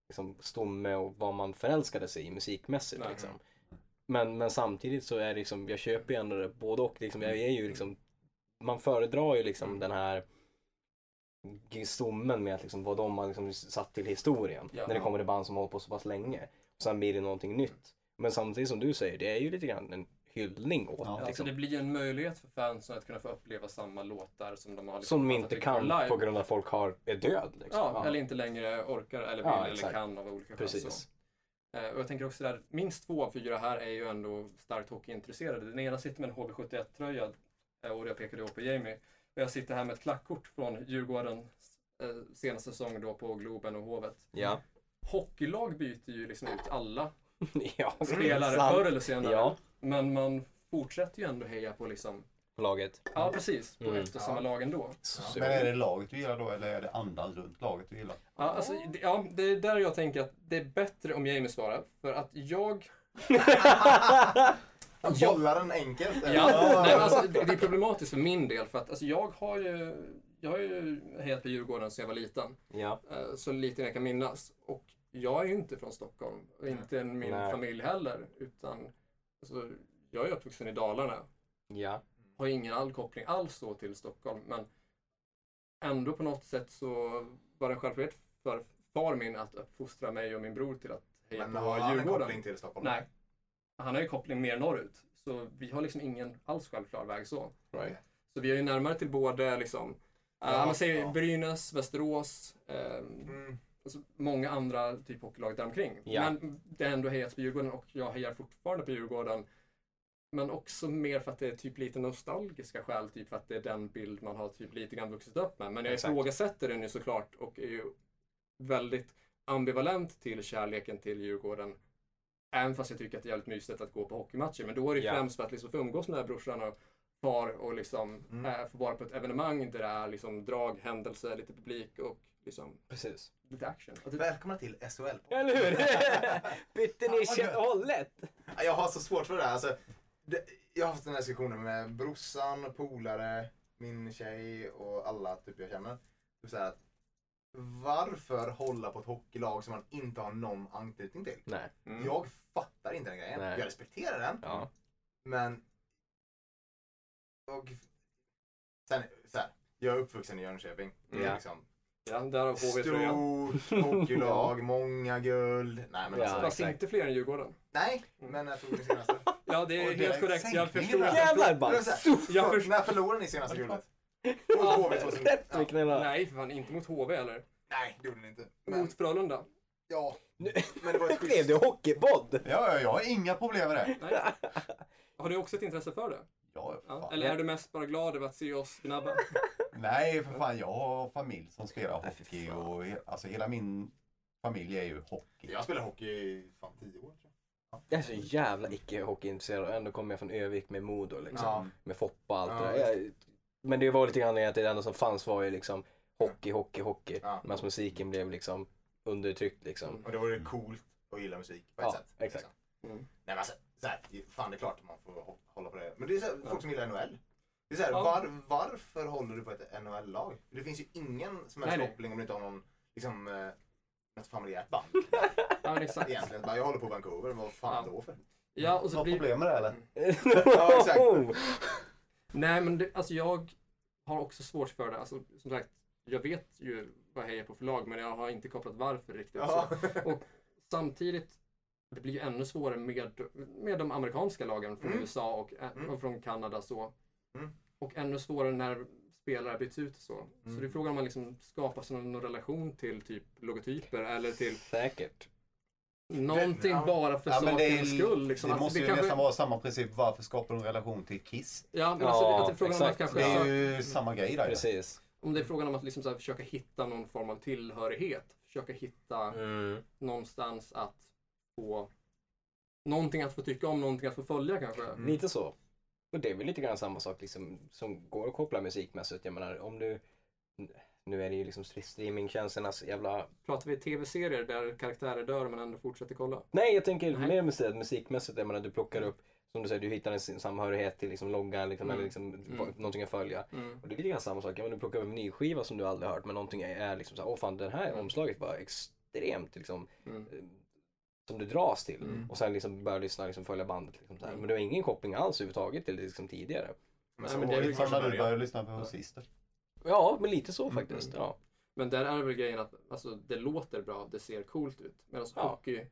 liksom, stomme och vad man förälskade sig i musikmässigt. Nej. Liksom. Men, men samtidigt så är det liksom, jag köper ju ändå det, både och. Liksom, jag Mm. är ju liksom, man föredrar ju liksom den här stommen med att liksom, vad de har liksom satt till historien. Ja. När det kommer till band som håller på så pass länge. Och sen blir det någonting nytt. Men samtidigt som du säger, det är ju lite grann en hyllning åt Ja. Ja, liksom, så det blir en möjlighet för fansen att kunna få uppleva samma låtar som de har liksom Som de fattat inte tycker om kan live. på grund av att folk har, är död. Liksom. Ja, eller inte längre orkar eller vill Ja, eller exakt. kan av olika skäl. så. Precis. Eh, Och jag tänker också där, minst två av fyra här är ju ändå starkt hockeyintresserade. Den ena sitter med en HV71-tröja eh, och jag pekade upp på Jamie. Och jag sitter här med ett klackkort från Djurgårdens eh, senaste säsong då på Globen och Hovet. Ja. Hockeylag byter ju liksom ut alla ja. spelare sant. förr eller senare. Ja. Men man fortsätter ju ändå heja på liksom, Laget. ja precis, på Mm. ett och samma lag ändå. Så- Men är det laget du gillar då eller är det andan runt laget du gillar? Ja, alltså, det- ja, det är där jag tänker att det är bättre om Jamie svarar. För att jag Jag bollar den enkelt. eller? Ja, nej, men alltså, det, det är problematiskt för min del för att alltså, jag har ju jag har ju hejat på Djurgården sedan jag var liten. Ja. eh, Så liten jag kan minnas. Och jag är ju inte från Stockholm. Och inte min Nej. familj heller. Utan alltså, jag är uppvuxen i Dalarna. Ja. Har ingen all koppling alls då till Stockholm. Men ändå på något sätt så var det en självklarhet för far min att uppfostra mig och min bror till att heja Men på har han en Djurgården. koppling till Stockholm? Nej. Han har ju koppling mer norrut. Så vi har liksom ingen alls självklar väg så. Right. Så vi är ju närmare till både liksom, ja, Ja, man säger ja. Brynäs, Västerås, ehm, Mm. alltså många andra typ hockeylag däromkring. Ja. Men det har ändå hejats på Djurgården och jag hejar fortfarande på Djurgården. Men också mer för att det är typ lite nostalgiska skäl, typ för att det är den bild man har typ lite grann vuxit upp med. Men jag Exakt. ifrågasätter den ju såklart och är ju väldigt ambivalent till kärleken till Djurgården Även fast jag tycker att det är jävligt mysigt att gå på hockeymatcher. Men då är det Ja. främst för att liksom få umgås med brorsan och far och liksom Mm. eh, få vara på ett evenemang där det är liksom drag, händelser, lite publik och liksom Precis. lite action. Och typ, Välkomna till SHL. Eller hur? Bytte Fan, vad nisch helt gött. och hållet. Ja, Jag har så svårt för det här. Alltså, det, jag har haft den här diskussionen med brorsan, polare, min tjej och alla typ jag känner. Det är Så här, att varför hålla på ett hockeylag som man inte har någon anknytning till? Nej. mm. Jag fattar inte den grejen. Nej. Jag respekterar den, Ja. men... Och... Sen, så här, jag är uppvuxen i Jönköping. Det är Ja. liksom Ja, där har HV-tröjan. stort hockeylag, många guld. Nej, men Ja. alltså, Fast inte fler än Djurgården. Nej, Mm. men jag tog det senaste. Ja, det är Och det helt är korrekt. Jag sänkningen förstod. där. Jävlar bara. Men så här, Jag förstår. När förlorade ni senaste guldet? Mot HV 2000. Rätt Ja. med knäna. Nej, för fan inte mot HV eller? Nej, det gjorde ni inte. Men, Mot Frölunda. ja, Nu men det var ett blev schysst. det hockeybodd. Ja, ja, jag har inga problem med det. Nej. Har du också ett intresse för det? Ja, för Ja. fan. Eller är du mest bara glad över att se oss gnabba? Nej, för fan. Jag har familj som spelar Nej, fy hockey fan. och he- alltså hela min familj är ju hockey. Jag spelade hockey i fan 10 år. tror jag. Jag är så jävla icke hockeyintresserad och ändå kommer jag från Övik med Modo liksom. Ja. Med Foppa och allt Ja, det där. Jag, men det var lite grann att det enda som fanns var ju liksom hockey, hockey, hockey. Ja. Medan musiken blev liksom undertryckt liksom. Mm. Och då var det coolt att gilla musik på ett Ja, sätt. exakt. liksom. Mm. Nej men alltså, så här, fan det är klart att man får hå- hålla på det. Men det är så här, folk som gillar NHL. Det är så här, Ja. var, varför håller du på ett NHL-lag? Det finns ju ingen som helst Nej, nej. koppling om du inte har någon, liksom, eh, något familjärt band. Ja, men exakt. Egentligen, bara, jag håller på Vancouver, vad fan Ja. då för? Ja, och så Något Alltså, blir... problem med det eller? Ja, exakt. Nej, men det, alltså jag har också svårt för det. Alltså, som sagt, jag vet ju vad jag hejar på för lag, men jag har inte kopplat varför riktigt. Så. Ja. Och samtidigt, det blir ju ännu svårare med, med de amerikanska lagen från Mm. USA och, ä- Mm. och från Kanada. så. Mm. Och ännu svårare när spelare byts ut och så. Så det Mm. är frågan om man liksom skapar sig någon, någon relation till typ logotyper eller till Säkert. någonting ja. bara för Ja, men det är- sakens skull. Liksom. det Alltså, måste ju nästan vara samma princip. Varför skapar du en relation till Kiss? Ja, men alltså, Ja, det- att det är frågan om att exakt. kanske Det är sö- ju samma grej där. ju. Precis. Om det är frågan om att liksom så här försöka hitta någon form av tillhörighet. Försöka hitta Mm. någonstans att få någonting att få tycka om, någonting att få följa kanske. Mm. Lite så. Och det är väl lite grann samma sak liksom, som går att koppla musikmässigt. Jag menar om du, nu är det ju liksom streamingtjänsternas jävla Pratar vi tv-serier där karaktärer dör men ändå fortsätter kolla? Nej, jag tänker Nej. mer musik, musikmässigt. Jag menar, du plockar upp, som du säger, du hittar en sin- samhörighet till liksom, loggan liksom, Mm. eller liksom, Mm. va- någonting att följa. Mm. Och det är lite grann samma sak. Ja, men du plockar upp en ny skiva som du aldrig hört, men någonting är, är liksom så här, åh fan, det här Mm. omslaget var extremt liksom, Mm. eh, som du dras till. Mm. Och sen liksom börjar lyssna, liksom, följa bandet. Liksom, så här. Mm. Men du har ingen koppling alls överhuvudtaget till det liksom, tidigare. Nej, men det är Det väl är som när kanske du början. började lyssna på Sister. Ja, men lite Mm. så faktiskt. Ja. Men där är väl grejen att alltså, det låter bra, det ser coolt ut. Medan Ja. hockey,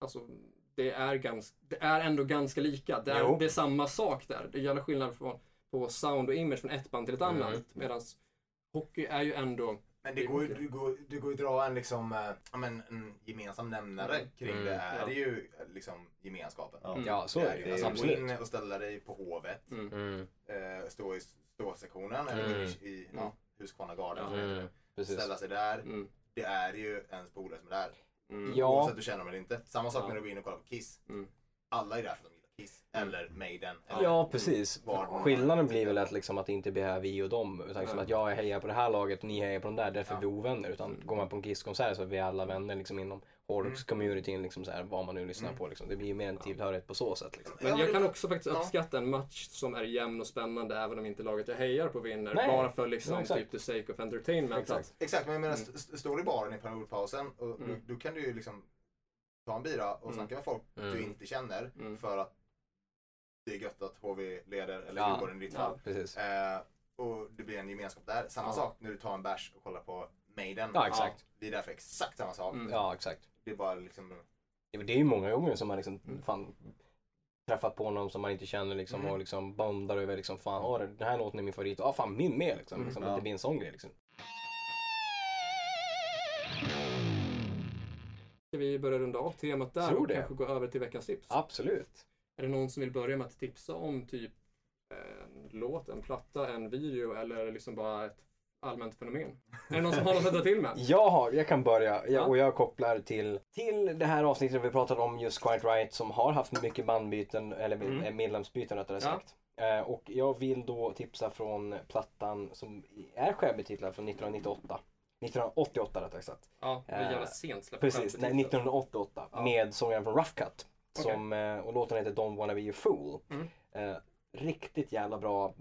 alltså det är, ganska, det är ändå ganska lika. Det Jo. är, det är samma sak där. Det är jävla skillnad från, på sound och image från ett band till ett Mm. annat. Medan hockey är ju ändå Men det går ju du går, du går ju att dra en, liksom, eh, ja, men, en gemensam nämnare Mm. kring Mm. det. Här. Ja. Det är ju eh, liksom gemenskapen. Ja. Mm. ja, så är det ju. ju. Alltså, Alltså, gå in absolut. och ställa dig på Hovet, mm. Mm. eh, stå i ståsektionen eller Mm. in i, i ja, Mm. Huskvarna Garden. Ja. som heter Mm. det. Precis. Ställa sig där. Mm. Det är ju ens polare som är där. Mm. Ja. Oavsett om du känner dem eller inte. Samma sak Ja. när du går in och kollar på Kiss. Mm. Alla är där för att de gillar Kiss. Eller Maiden. Eller, Ja, precis. Var man- Skillnaden blir väl att, liksom, att det inte blir här vi och dem. Utan liksom Nej. att jag hejar på det här laget och ni hejar på de där. Därför Ja. är vi ovänner. Utan Mm. går man på en Kiss-konsert så är vi alla vänner liksom, inom Horrocks-communityn. Liksom, så här, vad man nu lyssnar Mm. på. Liksom. Det blir ju mer en tillhörighet på så sätt. Liksom. Men Ja, jag det- kan också faktiskt ja. uppskatta en match som är jämn och spännande även om inte laget jag hejar på vinner. Nej. Bara för Ja, liksom exakt. typ the sake of entertainment. Exakt. Att, Exakt, men jag menar, Mm. st- st- står du i baren i periodpausen och Mm. då, då kan du ju liksom ta en bira och Mm. snacka med folk du Mm. inte känner Mm. för att det är gött att HV leder, eller Ja. Djurgården i ditt fall. ja. Precis. Eh, och det blir en gemenskap där. Samma Ja. sak när du tar en bärs och kollar på Maiden. Ja, exakt. Vi är där för exakt samma sak. Mm. Ja, exakt. Det är bara liksom... Ja, men Det är ju många gånger som man liksom, Mm. fan, träffat på någon som man inte känner liksom, Mm. och liksom bondar över liksom, fan, åh, den här låten är min favorit. Ja, fan min med liksom. Mm. liksom Ja. Att det blir en sån grej liksom. Ska vi börja runda av temat där Tror och det. kanske gå över till veckans tips? Absolut. Är det någon som vill börja med att tipsa om typ en låt, en platta, en video eller är det liksom bara ett allmänt fenomen. Är det någon som har något att ta till med? Jag har, jag kan börja Ja. jag, och jag kopplar till, till det här avsnittet där vi pratade om just Quiet Riot som har haft mycket bandbyten eller Mm. eh, medlemsbyten rättare Ja. sagt. Eh, och jag vill då tipsa från plattan som är självbetitlad från 1998. 1988 rättare sagt. Ja, det är jävla Eh, sent släppt Precis, skämt. nej, 1988 Ja. med sångaren från Rough Cut. Okej. Som, eh, och låten heter Don't wanna be a fool. Mm. Eh, riktigt jävla bra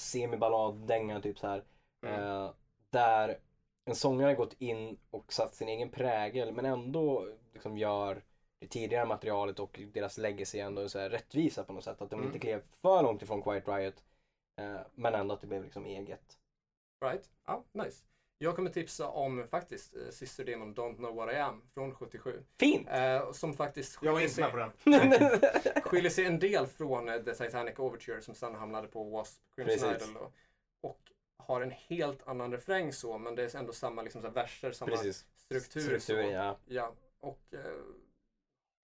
semiballad, dänga typ så här. Mm. Eh, där en sångare gått in och satt sin egen prägel men ändå liksom gör det tidigare materialet och deras legacy ändå så här rättvisa på något sätt. Att de Mm. inte klev för långt ifrån Quiet Riot eh, men ändå att det blev liksom eget. Right? Ja, nice. Jag kommer tipsa om faktiskt eh, systerdemon Don't know what I am från 77. Fint! Eh, som faktiskt Jag var skiljer inte sig- med på den. skiljer sig en del från eh, The Titanic Overture som sen hamnade på W.A.S.P. Crimson Precis. Idol och, och har en helt annan refräng så men det är ändå samma liksom, så här, verser, samma Precis. struktur. så. Strukturen, ja. Ja, och eh,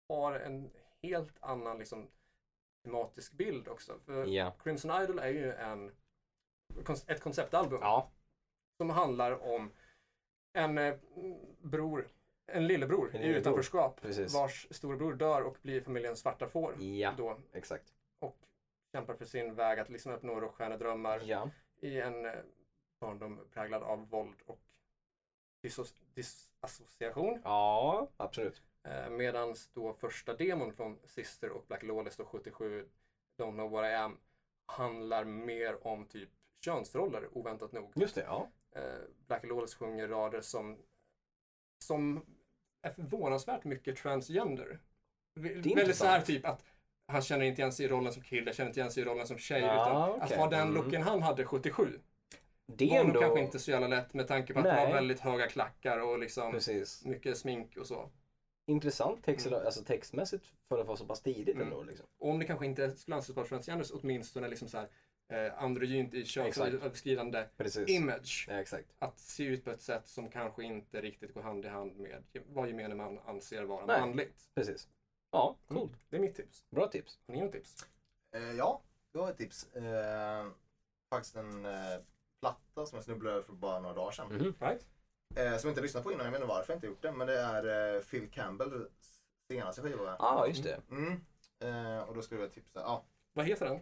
har en helt annan liksom, tematisk bild också. För Ja. Crimson Idol är ju en, ett konceptalbum ja. som handlar om en eh, bror, en lillebror En i lillebror, utanförskap precis. vars storebror dör och blir familjens svarta får. Ja, Då, exakt. och kämpar för sin väg att liksom uppnå rockstjärnedrömmar Ja. i en eh, barndom präglad av våld och disso- disassociation. Ja, absolut. Medan Eh, då första demon från Sister och Black Lawless då 77, Don't know what I am, handlar mer om typ könsroller oväntat nog. Just det, ja. Eh, Black Lawless sjunger rader som, som är förvånansvärt mycket transgender. V- Väldigt så intressant. här typ att han känner inte igen sig i rollen som kille, känner inte igen sig i rollen som tjej. Ah, utan att okej. ha den Mm. looken han hade 77 Det var är nog ändå... kanske inte så jävla lätt med tanke på att det Nej. var väldigt höga klackar och liksom Precis. mycket smink och så. Intressant text, alltså textmässigt för att vara så pass tidigt Mm. ändå. Liksom. Och om det kanske inte skulle anses vara transgenders, åtminstone liksom så här, eh, androgynt i könsöverskridande Precis. image. ja, exakt. Att se ut på ett sätt som kanske inte riktigt går hand i hand med vad gemene man anser vara Nej. manligt. Mm. Precis. Ja, coolt. Det är mitt tips. Bra tips. Har ni något tips? Eh, ja, jag har ett tips. Eh, faktiskt en eh, platta som jag snubblade över för bara några dagar sedan. Mhm. Right? Eh, som jag inte lyssnat på innan, jag vet inte varför jag inte gjort det. Men det är eh, Phil Campbells senaste skiva. Ja, ah, just det. Mm. Eh, och då skulle jag tipsa. ja. Vad heter den?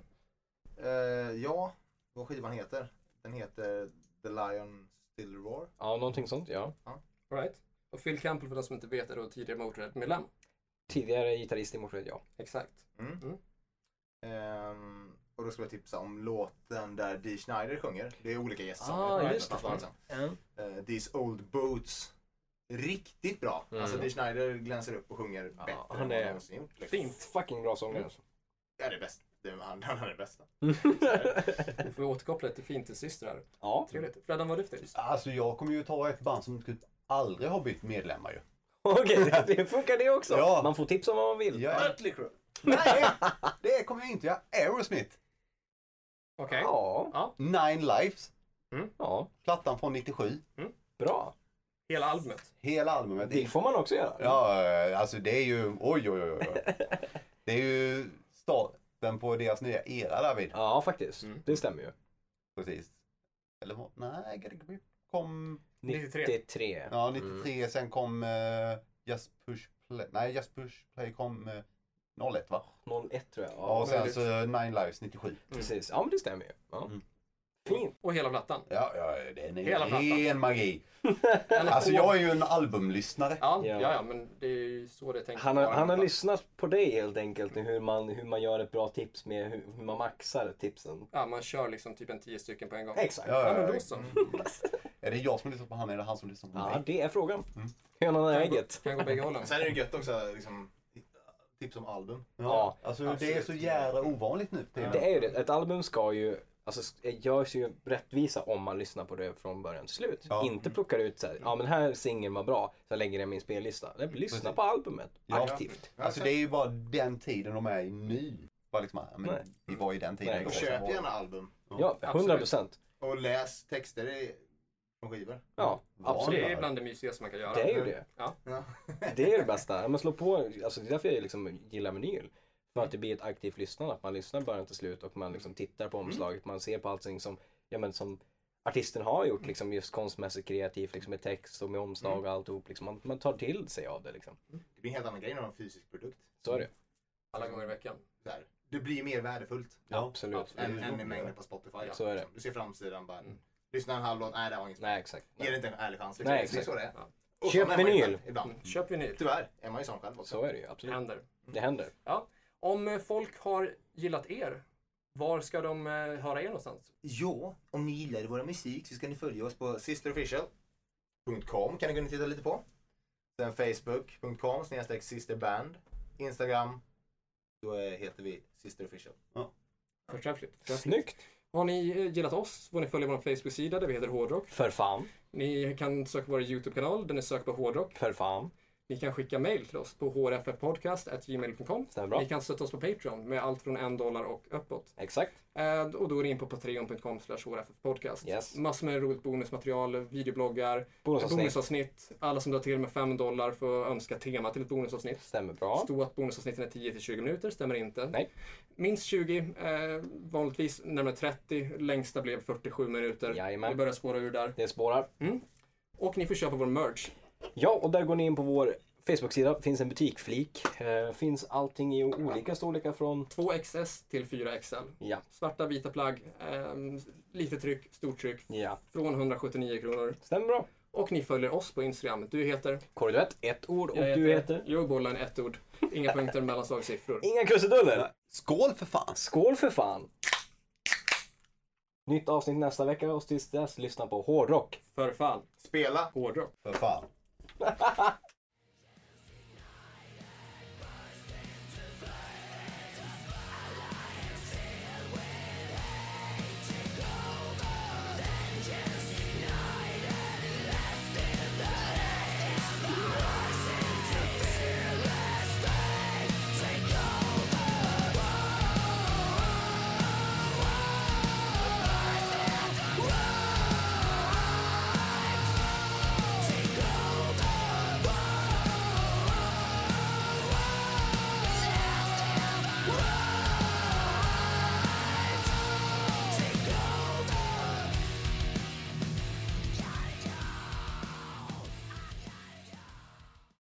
Eh, ja, vad skivan heter. Den heter The Lion Still Roar. Ja, någonting sånt, ja. Right? Och Phil Campbell, för de som inte vet, är då tidigare Motörhead-medlem. Tidigare gitarrist i morse, ja. Exakt. Mm. Mm. Ehm, och då skulle jag tipsa om låten där Dee Schneider sjunger. Det är olika gästsångare Ah, på den här just det. plattan liksom. Eh, These Old Boots. Riktigt bra. Mm. Alltså Dee Schneider glänser upp och sjunger Ja, bättre han än är vad han någonsin gjort. Liksom. Fint. Fucking bra sångare. alltså. Det är det bästa. Det är, han han är det bästa. Då får vi återkoppla lite fint till systrar. ja. Trevligt. Freddan, vad är ditt tips? Alltså jag kommer ju ta ett band som typ aldrig har bytt medlemmar ju. Okej, det funkar det också. Ja. Man får tips om vad man vill. Jag är... Mötley Crüe. Nej, det kommer jag inte göra. Aerosmith, Okej. Ja. Nine Lives, ja. plattan från 97, Bra. Hela albumet. hela albumet. Det får man också göra. Ja, alltså det är ju, oj oj oj. oj. Det är ju starten på deras nya era David. Ja, faktiskt. Mm. Det stämmer ju. Precis. Eller vad- nej, Gregory kom, 93. 93. ja 93, sen kom eh, Just Push Play, nej Just Push Play kom eh, 01 va? 01 tror jag. Ja, Ja, och sen möjligt. så Nine Lives 97. precis. Ja, men det stämmer ju. Ja. Mm. Fint. Och hela plattan. Ja, ja det är en Hela plattan. ren magi. Den är Alltså på- jag är ju en albumlyssnare. Ja, ja, Ja. ja, men det är ju så det är tänkt. Han har, att vara. han har lyssnat på dig helt enkelt, hur man, hur man gör ett bra tips med hur, hur man maxar tipsen. Ja, man kör liksom typ en tio stycken på en gång. Exakt. Ja, Ja, ja, men ja. då så. Är det jag som lyssnar på han eller han som lyssnar på Ja, mig? det är frågan. Mm. Hönan är ägget. Kan gå bägge hållen. Sen är det gött också, liksom, tips om album. Ja, alltså det är absolut. så jävla ovanligt nu. Ja. Det är ju det. Ett album ska ju, alltså s- görs ju rättvisa om man lyssnar på det från början till slut. Ja. Inte plockar ut så här, ja men här singeln var bra, så jag lägger den i min spellista. Nej, Lyssna Precis. på albumet Ja. aktivt. Alltså det är ju bara den tiden de är i nu. Bara liksom, ja, Nej. men, vi var i den tiden. Nej, Och då. Alltså, köp gärna album. Ja, hundra procent. Och läs texter i- från skivor. Ja, Vad absolut. Det är bland det mysigaste man kan göra. Det är ju det. Ja. Det är det bästa. Man slår på, alltså det är därför jag liksom gillar vinyl. För att det blir ett aktivt lyssnande, att man lyssnar början till slut och man liksom tittar på omslaget, man ser på allting som, ja men som artisten har gjort liksom just konstmässigt kreativt liksom med text och med omslag och alltihop. Liksom, man, man tar till sig av det liksom. Det blir en helt annan grej när du har en fysisk produkt. Så är det. alla gånger i veckan. Så här. Det blir mer värdefullt Absolut. än, Mm. än i mängden på Spotify. Liksom, Så är det. Du ser framsidan bara, Mm. lyssna en halv låt, nej det här var inget. Nej exakt. Ge det Nej. inte en ärlig chans. Liksom. Nej, det är exakt. så det är. Ja. Och Köp sån är man ju vinyl. ibland- Ibland. Mm. Köp vinyl. Typ. Tyvärr är man ju sån själv också. Så är det ju. Det Absolut. händer. Det händer. Om eh, folk har gillat er, var ska de eh, höra er någonstans? Ja, om ni gillar vår musik så ska ni följa oss på sisterofficial.com kan ni gå in och titta lite på. Sen facebook.com snedstreck sisterband. Instagram, då eh, heter vi sisterofficial. Förträffligt. Snyggt! Har ni eh, gillat oss får ni följa vår Facebook-sida där vi heter Hårdrock. För fan. Ni kan söka på vår YouTube-kanal där ni söker på Hårdrock. För fan. Ni kan skicka mejl till oss på hrffpodcast.gmail.com. Stämmer bra. Ni kan stötta oss på Patreon med allt från en dollar och uppåt. Exakt. Eh, Och då är ni in på patreon.com slash hrffpodcast. Yes. Massor med roligt bonusmaterial, videobloggar, Bonusavsnitt. bonusavsnitt. Alla som drar till med 5 dollar får önska tema till ett bonusavsnitt. Stämmer bra. Stod att bonusavsnitten är 10 till 20 minuter, stämmer inte. Nej. Minst 20, eh, vanligtvis närmare 30, längsta blev 47 minuter. Jajamän. Det börjar spåra ur där. Det spårar. Och ni får köpa vår merch. Ja, och där går ni in på vår Facebook-sida. finns en butikflik. Eh, finns allting i olika storlekar från... 2XS till 4XL. Ja. Svarta, vita plagg, ehm, lite tryck, stort tryck, Ja, från 179 kronor. stämmer bra. Och ni följer oss på Instagram. Du heter? Korridorett, ett ord. Och Jag du heter? Jag är bollen, ett ord. Inga punkter, mellanslag, siffror. Inga krusiduller! Skål för fan! Skål för fan! Nytt avsnitt nästa vecka och tills dess lyssna på hårdrock. För fan, Spela! hårdrock. För fan.